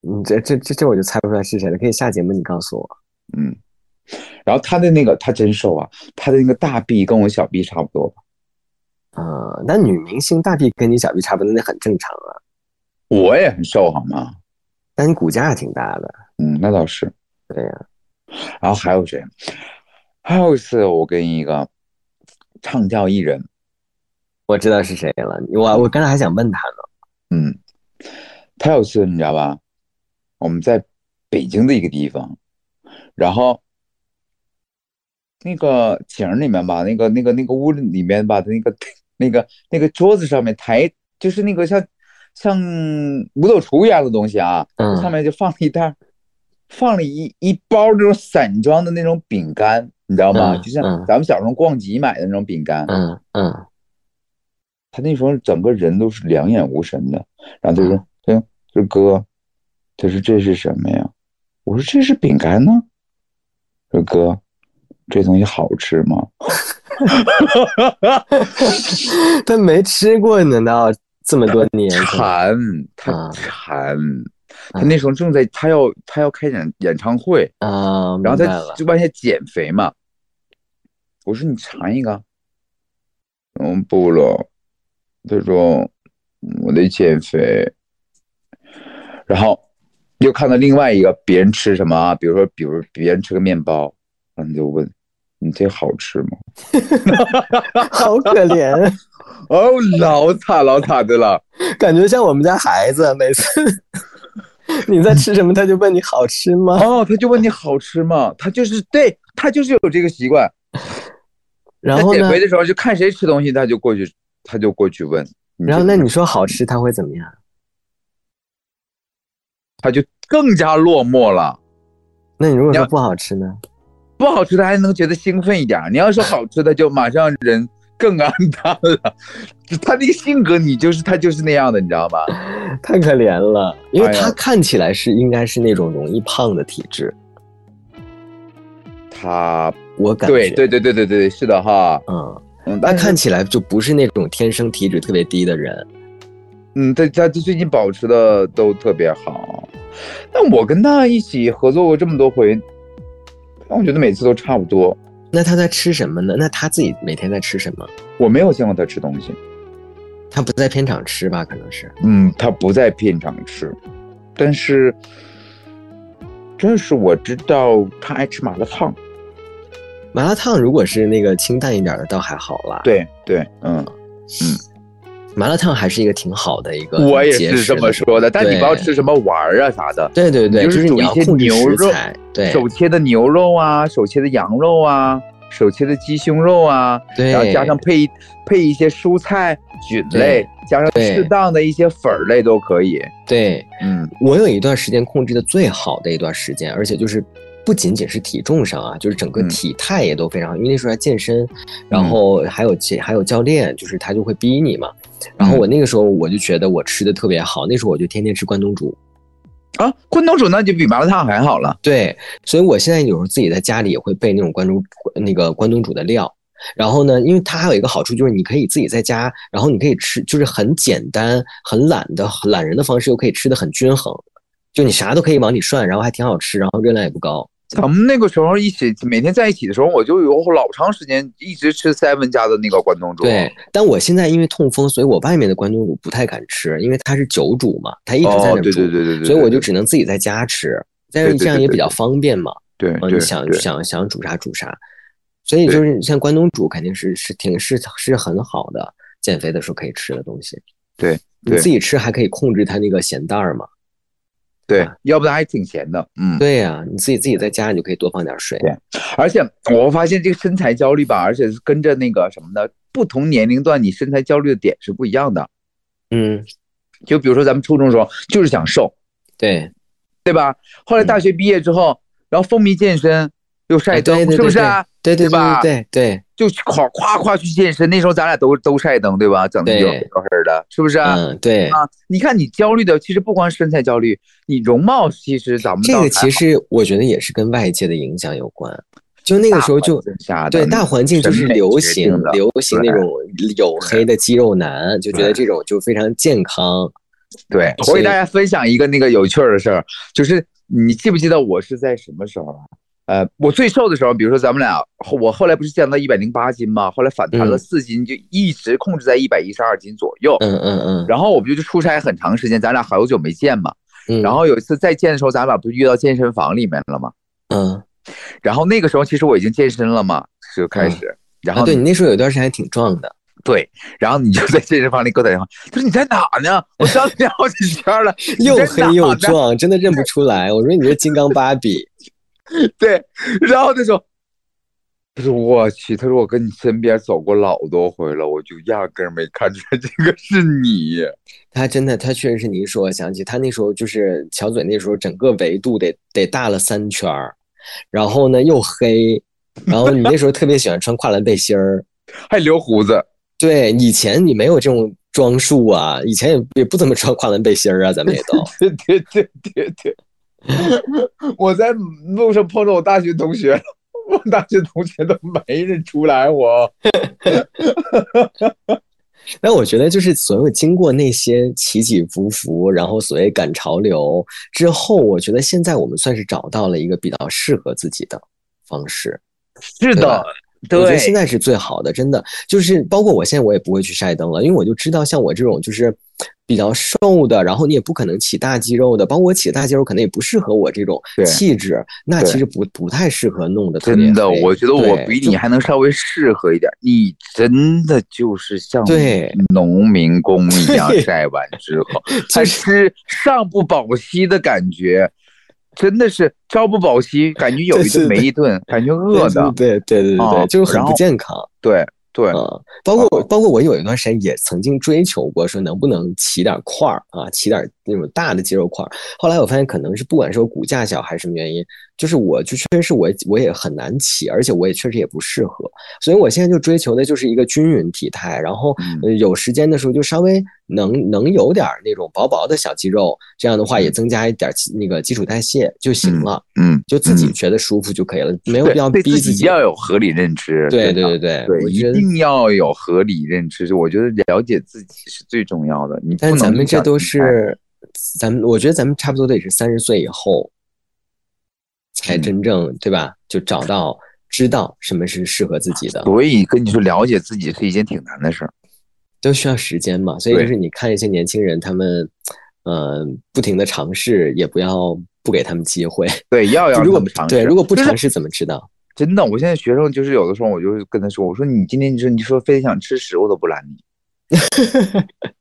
Speaker 1: 你嗯这这这这我就猜不出来是谁了，可以下节目你告诉我。
Speaker 2: 嗯，然后他的那个他真瘦啊，他的那个大臂跟我小臂差不多吧，
Speaker 1: 呃，那女明星大臂跟你小臂差不多，那很正常啊。
Speaker 2: 我也很瘦好吗？
Speaker 1: 但你骨架挺大的，
Speaker 2: 嗯，那倒是。
Speaker 1: 对呀、
Speaker 2: 然后还有谁？啊还有一次我跟一个唱跳艺人，
Speaker 1: 我知道是谁了。我我刚才还想问他呢，
Speaker 2: 嗯，他有一次你知道吧？我们在北京的一个地方，然后那个景儿里面吧，那个那个那个屋里面吧，那个那个那个桌子上面台就是那个像像五斗橱一样的东西啊，
Speaker 1: 嗯
Speaker 2: 上面就放了一袋，放了一一包那种散装的那种饼干，你知道吗？
Speaker 1: 嗯
Speaker 2: 就像
Speaker 1: 嗯
Speaker 2: 咱们小时候逛集买的那种饼干。
Speaker 1: 嗯嗯，
Speaker 2: 他那时候整个人都是两眼无神的，然后他说：“
Speaker 1: 嗯
Speaker 2: 对，这哥，他说这是什么呀？”我说：“这是饼干呢。”说哥，这东西好吃吗？
Speaker 1: 他嗯没吃过，难道这么多 年？
Speaker 2: 馋，他
Speaker 1: 啊
Speaker 2: 馋，他那时候正在他要他要开演演唱会，
Speaker 1: 啊，
Speaker 2: 然
Speaker 1: 明
Speaker 2: 后
Speaker 1: 白
Speaker 2: 他
Speaker 1: 了
Speaker 2: 就往下减肥嘛。我说你尝一个，嗯，不了。他说我得减肥。然后又看到另外一个别人吃什么啊，比如说，比如别人吃个面包，然后你就问你这好吃吗？
Speaker 1: 好可怜，啊
Speaker 2: 哦，老惨老惨的了。
Speaker 1: 感觉像我们家孩子，每次 你在吃什么，他就问你好吃吗？
Speaker 2: 哦，他就问你好吃吗？他就是对他就是有这个习惯。
Speaker 1: 然后
Speaker 2: 他
Speaker 1: 呢
Speaker 2: 减？肥的时候就看谁吃东西，他就过去，他就过去问。
Speaker 1: 然后
Speaker 2: 这
Speaker 1: 那
Speaker 2: 个
Speaker 1: 你说好吃，他会怎么样？
Speaker 2: 他就更加落寞了。
Speaker 1: 那你如果
Speaker 2: 你
Speaker 1: 说
Speaker 2: 要
Speaker 1: 不好吃呢？
Speaker 2: 不好吃的还能觉得兴奋一点儿，你要说好吃的，就马上人更暗淡了。 就他那个性格，你就是他就是那样的，你知道吗？
Speaker 1: 太可怜了，因为
Speaker 2: 哎呀
Speaker 1: 他看起来是应该是那种容易胖的体质，
Speaker 2: 他
Speaker 1: 我感
Speaker 2: 对
Speaker 1: 觉。
Speaker 2: 对对对对对，是的哈。
Speaker 1: 嗯，
Speaker 2: 嗯，
Speaker 1: 他
Speaker 2: 但是
Speaker 1: 看起来就不是那种天生体脂特别低的人。
Speaker 2: 嗯，他他最近保持的都特别好。但我跟他一起合作过这么多回，但我觉得每次都差不多。
Speaker 1: 那他在吃什么呢？那他自己每天在吃什么？
Speaker 2: 我没有见过他吃东西，
Speaker 1: 他不在片场吃吧？可能是。
Speaker 2: 嗯，他不在片场吃，但是，这是我知道他爱吃麻辣烫。
Speaker 1: 麻辣烫如果是那个清淡一点的，倒还好啦。，
Speaker 2: 对对，嗯，
Speaker 1: 麻辣烫还是一个挺好的一个
Speaker 2: 我也
Speaker 1: 节
Speaker 2: 是
Speaker 1: 食
Speaker 2: 这
Speaker 1: 的
Speaker 2: 么
Speaker 1: 时候
Speaker 2: 说的。但你不要
Speaker 1: 对
Speaker 2: 吃什么丸儿啊啥的，
Speaker 1: 对对对，
Speaker 2: 你就
Speaker 1: 就是是
Speaker 2: 煮
Speaker 1: 你
Speaker 2: 一
Speaker 1: 要
Speaker 2: 些
Speaker 1: 控制
Speaker 2: 牛
Speaker 1: 食
Speaker 2: 肉
Speaker 1: 材，对
Speaker 2: 手切的牛肉啊，手切的羊肉啊，手切的鸡胸肉啊，
Speaker 1: 对，
Speaker 2: 然后加上配一配一些蔬菜、菌类
Speaker 1: 对，
Speaker 2: 加上
Speaker 1: 对
Speaker 2: 适当的一些粉儿类都可以。
Speaker 1: 对，
Speaker 2: 嗯，
Speaker 1: 我有一段时间控制的最好的一段时间，而且就是不仅仅是体重上啊，就是整个
Speaker 2: 嗯
Speaker 1: 体态也都非常好，因为那时候还健身，然后还有其还有教练，就是他就会逼你嘛。然后我那个时候我就觉得我吃的特别好，那时候我就天天吃关东煮。
Speaker 2: 啊，关东煮那就比麻辣烫还好了。
Speaker 1: 对，所以我现在有时候自己在家里也会备那种关东那个关东煮的料。然后呢，因为它还有一个好处就是你可以自己在家，然后你可以吃，就是很简单、很懒的懒人的方式，又可以吃的很均衡，就你啥都可以往里涮，然后还挺好吃，然后热量也不高。
Speaker 2: 咱们那个时候一起每天在一起的时候，我就有老长时间一直吃 seven 家的那个关东煮。
Speaker 1: 对，但我现在因为痛风，所以我外面的关东煮不太敢吃，因为它是久煮嘛，它一直在
Speaker 2: 哦
Speaker 1: 那，
Speaker 2: 对
Speaker 1: 煮，
Speaker 2: 对对对对，
Speaker 1: 所以我就
Speaker 2: 对
Speaker 1: 只能自己在家吃。但是
Speaker 2: 对对
Speaker 1: 这样
Speaker 2: 对
Speaker 1: 也
Speaker 2: 对
Speaker 1: 比较
Speaker 2: 对
Speaker 1: 方便嘛，
Speaker 2: 对
Speaker 1: 嗯，
Speaker 2: 对
Speaker 1: 你想
Speaker 2: 对
Speaker 1: 想想煮啥煮啥，所以
Speaker 2: 对
Speaker 1: 就是像关东煮肯定是是挺是是很好的减肥的时候可以吃的东西。
Speaker 2: 对
Speaker 1: 你
Speaker 2: 对
Speaker 1: 自己吃还可以控制它那个咸淡儿嘛。
Speaker 2: 对，要不然还挺闲的。嗯，
Speaker 1: 嗯对呀、你自己自己在家，你就可以多放点水。
Speaker 2: 对而且我发现这个身材焦虑吧，而且是跟着那个什么的，不同年龄段你身材焦虑的点是不一样的。
Speaker 1: 嗯，
Speaker 2: 就比如说咱们初中时候就是想瘦，
Speaker 1: 对，
Speaker 2: 对吧？后来大学毕业之后，然后风靡健身，又晒
Speaker 1: 哎
Speaker 2: 灯，
Speaker 1: 嗯对对
Speaker 2: 是不
Speaker 1: 对
Speaker 2: 是、啊？
Speaker 1: 对对
Speaker 2: 对吧
Speaker 1: 对对
Speaker 2: 就夸夸夸去健身，那时候咱俩都都晒灯，对吧？整的
Speaker 1: 对
Speaker 2: 有有黑的，是不是
Speaker 1: 对，
Speaker 2: 啊、
Speaker 1: 嗯对。
Speaker 2: 啊，你看你焦虑的，其实不光是身材焦虑，你容貌其实咱们
Speaker 1: 这
Speaker 2: 倒
Speaker 1: 个
Speaker 2: 还
Speaker 1: 其实我觉得也是跟外界的影响有关，就那个时候就
Speaker 2: 大环境下的
Speaker 1: 对大环境就是
Speaker 2: 审美
Speaker 1: 流
Speaker 2: 决
Speaker 1: 行
Speaker 2: 定的
Speaker 1: 流行那种黝黑的肌肉男，就觉得这种就非常健康。
Speaker 2: 对，我
Speaker 1: 所以
Speaker 2: 给大家分享一个那个有趣儿的事儿，就是你记不记得我是在什么时候啊？呃，我最瘦的时候，比如说咱们俩，后我后来不是降到一百零八斤嘛，后来反弹了
Speaker 1: 嗯
Speaker 2: 四斤，就一直控制在一百一十二斤左右。
Speaker 1: 嗯嗯嗯
Speaker 2: 然后我不就出差很长时间，咱俩好久没见嘛。
Speaker 1: 嗯，
Speaker 2: 然后有一次再见的时候，咱俩不是约到健身房里面了嘛？
Speaker 1: 嗯，
Speaker 2: 然后那个时候其实我已经健身了嘛，就开始。然
Speaker 1: 啊，
Speaker 2: 后
Speaker 1: 对你那时候有一段时间还挺壮的，
Speaker 2: 对，然后你就在健身房里给我打电话，他说你在哪儿呢？我上你好几圈了，你
Speaker 1: 又
Speaker 2: 在
Speaker 1: 黑
Speaker 2: 哪
Speaker 1: 又
Speaker 2: 儿呢
Speaker 1: 壮，真的认不出来。我说你这金刚芭比，
Speaker 2: 对，然后他说，他说我去，他说我跟你身边走过老多回了，我就压根儿没看出来这个是你。
Speaker 1: 他真的，他确实是你一说，我想起他那时候就是小嘴那时候整个维度得得大了三圈儿，然后呢又黑，然后你那时候特别喜欢穿跨栏背心儿。
Speaker 2: 还留胡子，
Speaker 1: 对，以前你没有这种装束啊，以前也也不怎么穿跨栏背心儿啊，咱们也 都
Speaker 2: 对对对对对。我在路上碰到我大学同学了，我大学同学都没认出来我。
Speaker 1: 但我觉得，就是所有经过那些起起伏伏，然后所谓赶潮流之后，我觉得现在我们算是找到了一个比较适合自己的方式。
Speaker 2: 是
Speaker 1: 对吧
Speaker 2: 的，
Speaker 1: 我觉得
Speaker 2: 对
Speaker 1: 现在是最好的，真的就是包括我现在我也不会去晒灯了，因为我就知道像我这种就是比较瘦的，然后你也不可能起大肌肉的，包括我起大肌肉可能也不适合我这种
Speaker 2: 对
Speaker 1: 气质，那
Speaker 2: 对
Speaker 1: 其实不不太适合弄得特别
Speaker 2: 真的，
Speaker 1: 黑
Speaker 2: 我觉得我
Speaker 1: 对
Speaker 2: 比
Speaker 1: 就
Speaker 2: 你还能稍微适合一点。你真的就是像
Speaker 1: 对
Speaker 2: 农民工一样
Speaker 1: 对
Speaker 2: 晒完之后，
Speaker 1: 就
Speaker 2: 还
Speaker 1: 是
Speaker 2: 是上不保息的感觉，真的是朝不保夕，感觉有一
Speaker 1: 对对
Speaker 2: 顿没
Speaker 1: 对
Speaker 2: 一顿，感觉饿的。
Speaker 1: 对对对对对
Speaker 2: 啊
Speaker 1: 对，就是很
Speaker 2: 然
Speaker 1: 不
Speaker 2: 后
Speaker 1: 健康。
Speaker 2: 对对，哦
Speaker 1: 嗯，包括我，包括我有一段时间也曾经追求过，说能不能起点块儿啊，起点那种大的肌肉块儿。后来我发现，可能是不管是我骨架小还是什么原因，就是我就确实是我我也很难起，而且我也确实也不适合。所以我现在就追求的就是一个均匀体态，然后
Speaker 2: 嗯
Speaker 1: 呃有时间的时候就稍微能能有点儿那种薄薄的小肌肉，这样的话也增加一点儿基那个基础代谢就行了，
Speaker 2: 嗯，
Speaker 1: 就自己
Speaker 2: 嗯
Speaker 1: 觉得舒服就可以了，没有
Speaker 2: 对
Speaker 1: 必要，
Speaker 2: 对
Speaker 1: 逼
Speaker 2: 自
Speaker 1: 自
Speaker 2: 己
Speaker 1: 己。
Speaker 2: 要有合理认知。
Speaker 1: 对
Speaker 2: 真的
Speaker 1: 对对
Speaker 2: 对，
Speaker 1: 我
Speaker 2: 一
Speaker 1: 觉得。
Speaker 2: 定要有合理认知。我觉得了解自己是最重要的。你不
Speaker 1: 但
Speaker 2: 能
Speaker 1: 咱们这
Speaker 2: 想
Speaker 1: 都
Speaker 2: 太
Speaker 1: 是，咱们我觉得咱们差不多得是三十岁以后，才
Speaker 2: 嗯
Speaker 1: 真正、对吧？就找到知道什么是适合自己的，
Speaker 2: 所以跟你说，了解自己是一件挺难的事儿。
Speaker 1: 都需要时间嘛。所以
Speaker 2: 对
Speaker 1: 就是你看一些年轻人，他们呃不停的尝试，也不要不给他们机会。
Speaker 2: 对，要要
Speaker 1: 就如果
Speaker 2: 他们尝
Speaker 1: 对
Speaker 2: 试
Speaker 1: 如果不
Speaker 2: 就是
Speaker 1: 尝试怎么知道？
Speaker 2: 真的，我现在学生就是有的时候，我就跟他说，我说你今天你说你说非得想吃屎，我都不拦你。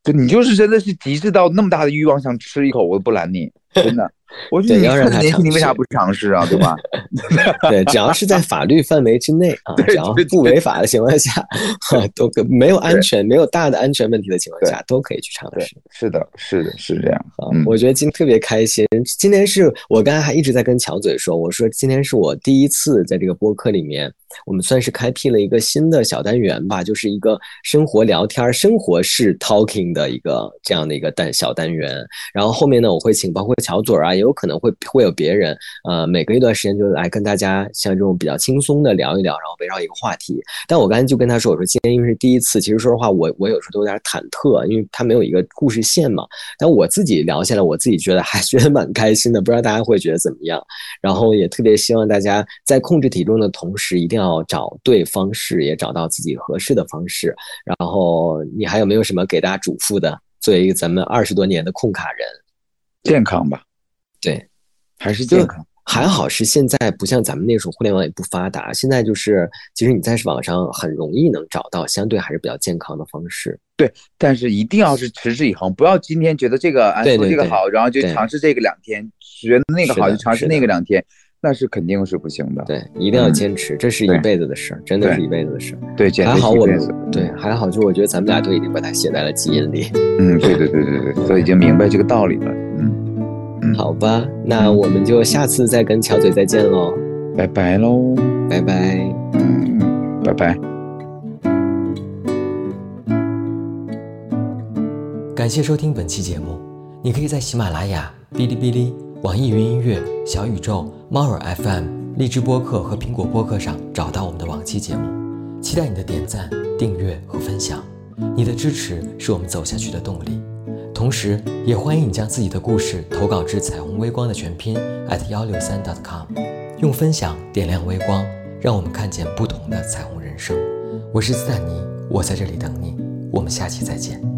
Speaker 2: 就你就是真的是极致到那么大的欲望，想吃一口我都不拦你，真的。我说
Speaker 1: 对
Speaker 2: 你
Speaker 1: 要让
Speaker 2: 趁
Speaker 1: 他
Speaker 2: 年轻，你为啥
Speaker 1: 尝试
Speaker 2: 不尝试啊？对吧？
Speaker 1: 对，只要是在法律范围之内啊，只要
Speaker 2: 对
Speaker 1: 不违法的情况下， 都可没有安
Speaker 2: 对
Speaker 1: 全、没有大的安全问题的情况
Speaker 2: 对
Speaker 1: 下，都可以去尝
Speaker 2: 对
Speaker 1: 试。，
Speaker 2: 是的，是的，是这样。
Speaker 1: 啊
Speaker 2: 嗯，
Speaker 1: 我觉得今天特别开心。今天是我刚才还一直在跟乔嘴说，我说今天是我第一次在这个播客里面，我们算是开辟了一个新的小单元吧，就是一个生活聊天儿、生活式 talking 的一个这样的一个单小单元。然后后面呢，我会请包括乔嘴儿啊，也有可能会会有别人，呃，每隔一段时间就来跟大家像这种比较轻松的聊一聊，然后围绕一个话题。但我刚才就跟他说，我说今天因为是第一次，其实说实话，我我有时候都有点忐忑，因为他没有一个故事线嘛。但我自己聊下来，我自己觉得还觉得蛮开心的，不知道大家会觉得怎么样。然后也特别希望大家在控制体重的同时，一定要找对方式，也找到自己合适的方式。然后你还有没有什么给大家嘱咐的？作为一个咱们二十多年的控卡人，
Speaker 2: 健康吧，
Speaker 1: 对，
Speaker 2: 还是
Speaker 1: 就
Speaker 2: 健康。
Speaker 4: 还好是现在不像咱们那时候互联网也不发达，现在就是其实你在网上很容易能找到相对还是比较健康的方式。
Speaker 2: 但是一定要是持之以恒，不要今天觉得这个啊
Speaker 4: 对
Speaker 2: 说
Speaker 4: 对
Speaker 2: 这个
Speaker 4: 对
Speaker 2: 好，然后就
Speaker 4: 对
Speaker 2: 尝试这个两天，觉得那个
Speaker 4: 是
Speaker 2: 好
Speaker 4: 的
Speaker 2: 就尝试
Speaker 4: 是的
Speaker 2: 那个两天，那是肯定是不行的。
Speaker 4: 对，一定要坚持，这是一
Speaker 2: 嗯对
Speaker 4: 辈子的事儿，真的
Speaker 2: 对
Speaker 4: 是一辈子的事儿。
Speaker 2: 对，减
Speaker 4: 还
Speaker 2: 肥
Speaker 4: 好
Speaker 2: 是一
Speaker 4: 我
Speaker 2: 辈
Speaker 4: 们
Speaker 2: 子。
Speaker 4: 对，还好就是我觉得咱们俩都已经把它写在了基因里。
Speaker 2: 嗯，对对对对对，所以已经明白这个道理了。嗯，
Speaker 4: 好吧，那我们就下次再跟巧嘴再见喽，
Speaker 2: 拜拜喽。
Speaker 4: 拜拜。
Speaker 2: 嗯，拜拜。
Speaker 1: 感谢收听本期节目。你可以在喜马拉雅、哔哩哔哩、网易云音乐、小宇宙、猫耳 FM、荔枝播客和苹果播客上找到我们的往期节目。期待你的点赞、订阅和分享，你的支持是我们走下去的动力。同时，也欢迎你将自己的故事投稿至彩虹微光的全拼 at 幺六三 .com，用分享点亮微光，让我们看见不同的彩虹人生。我是斯坦尼，我在这里等你，我们下期再见。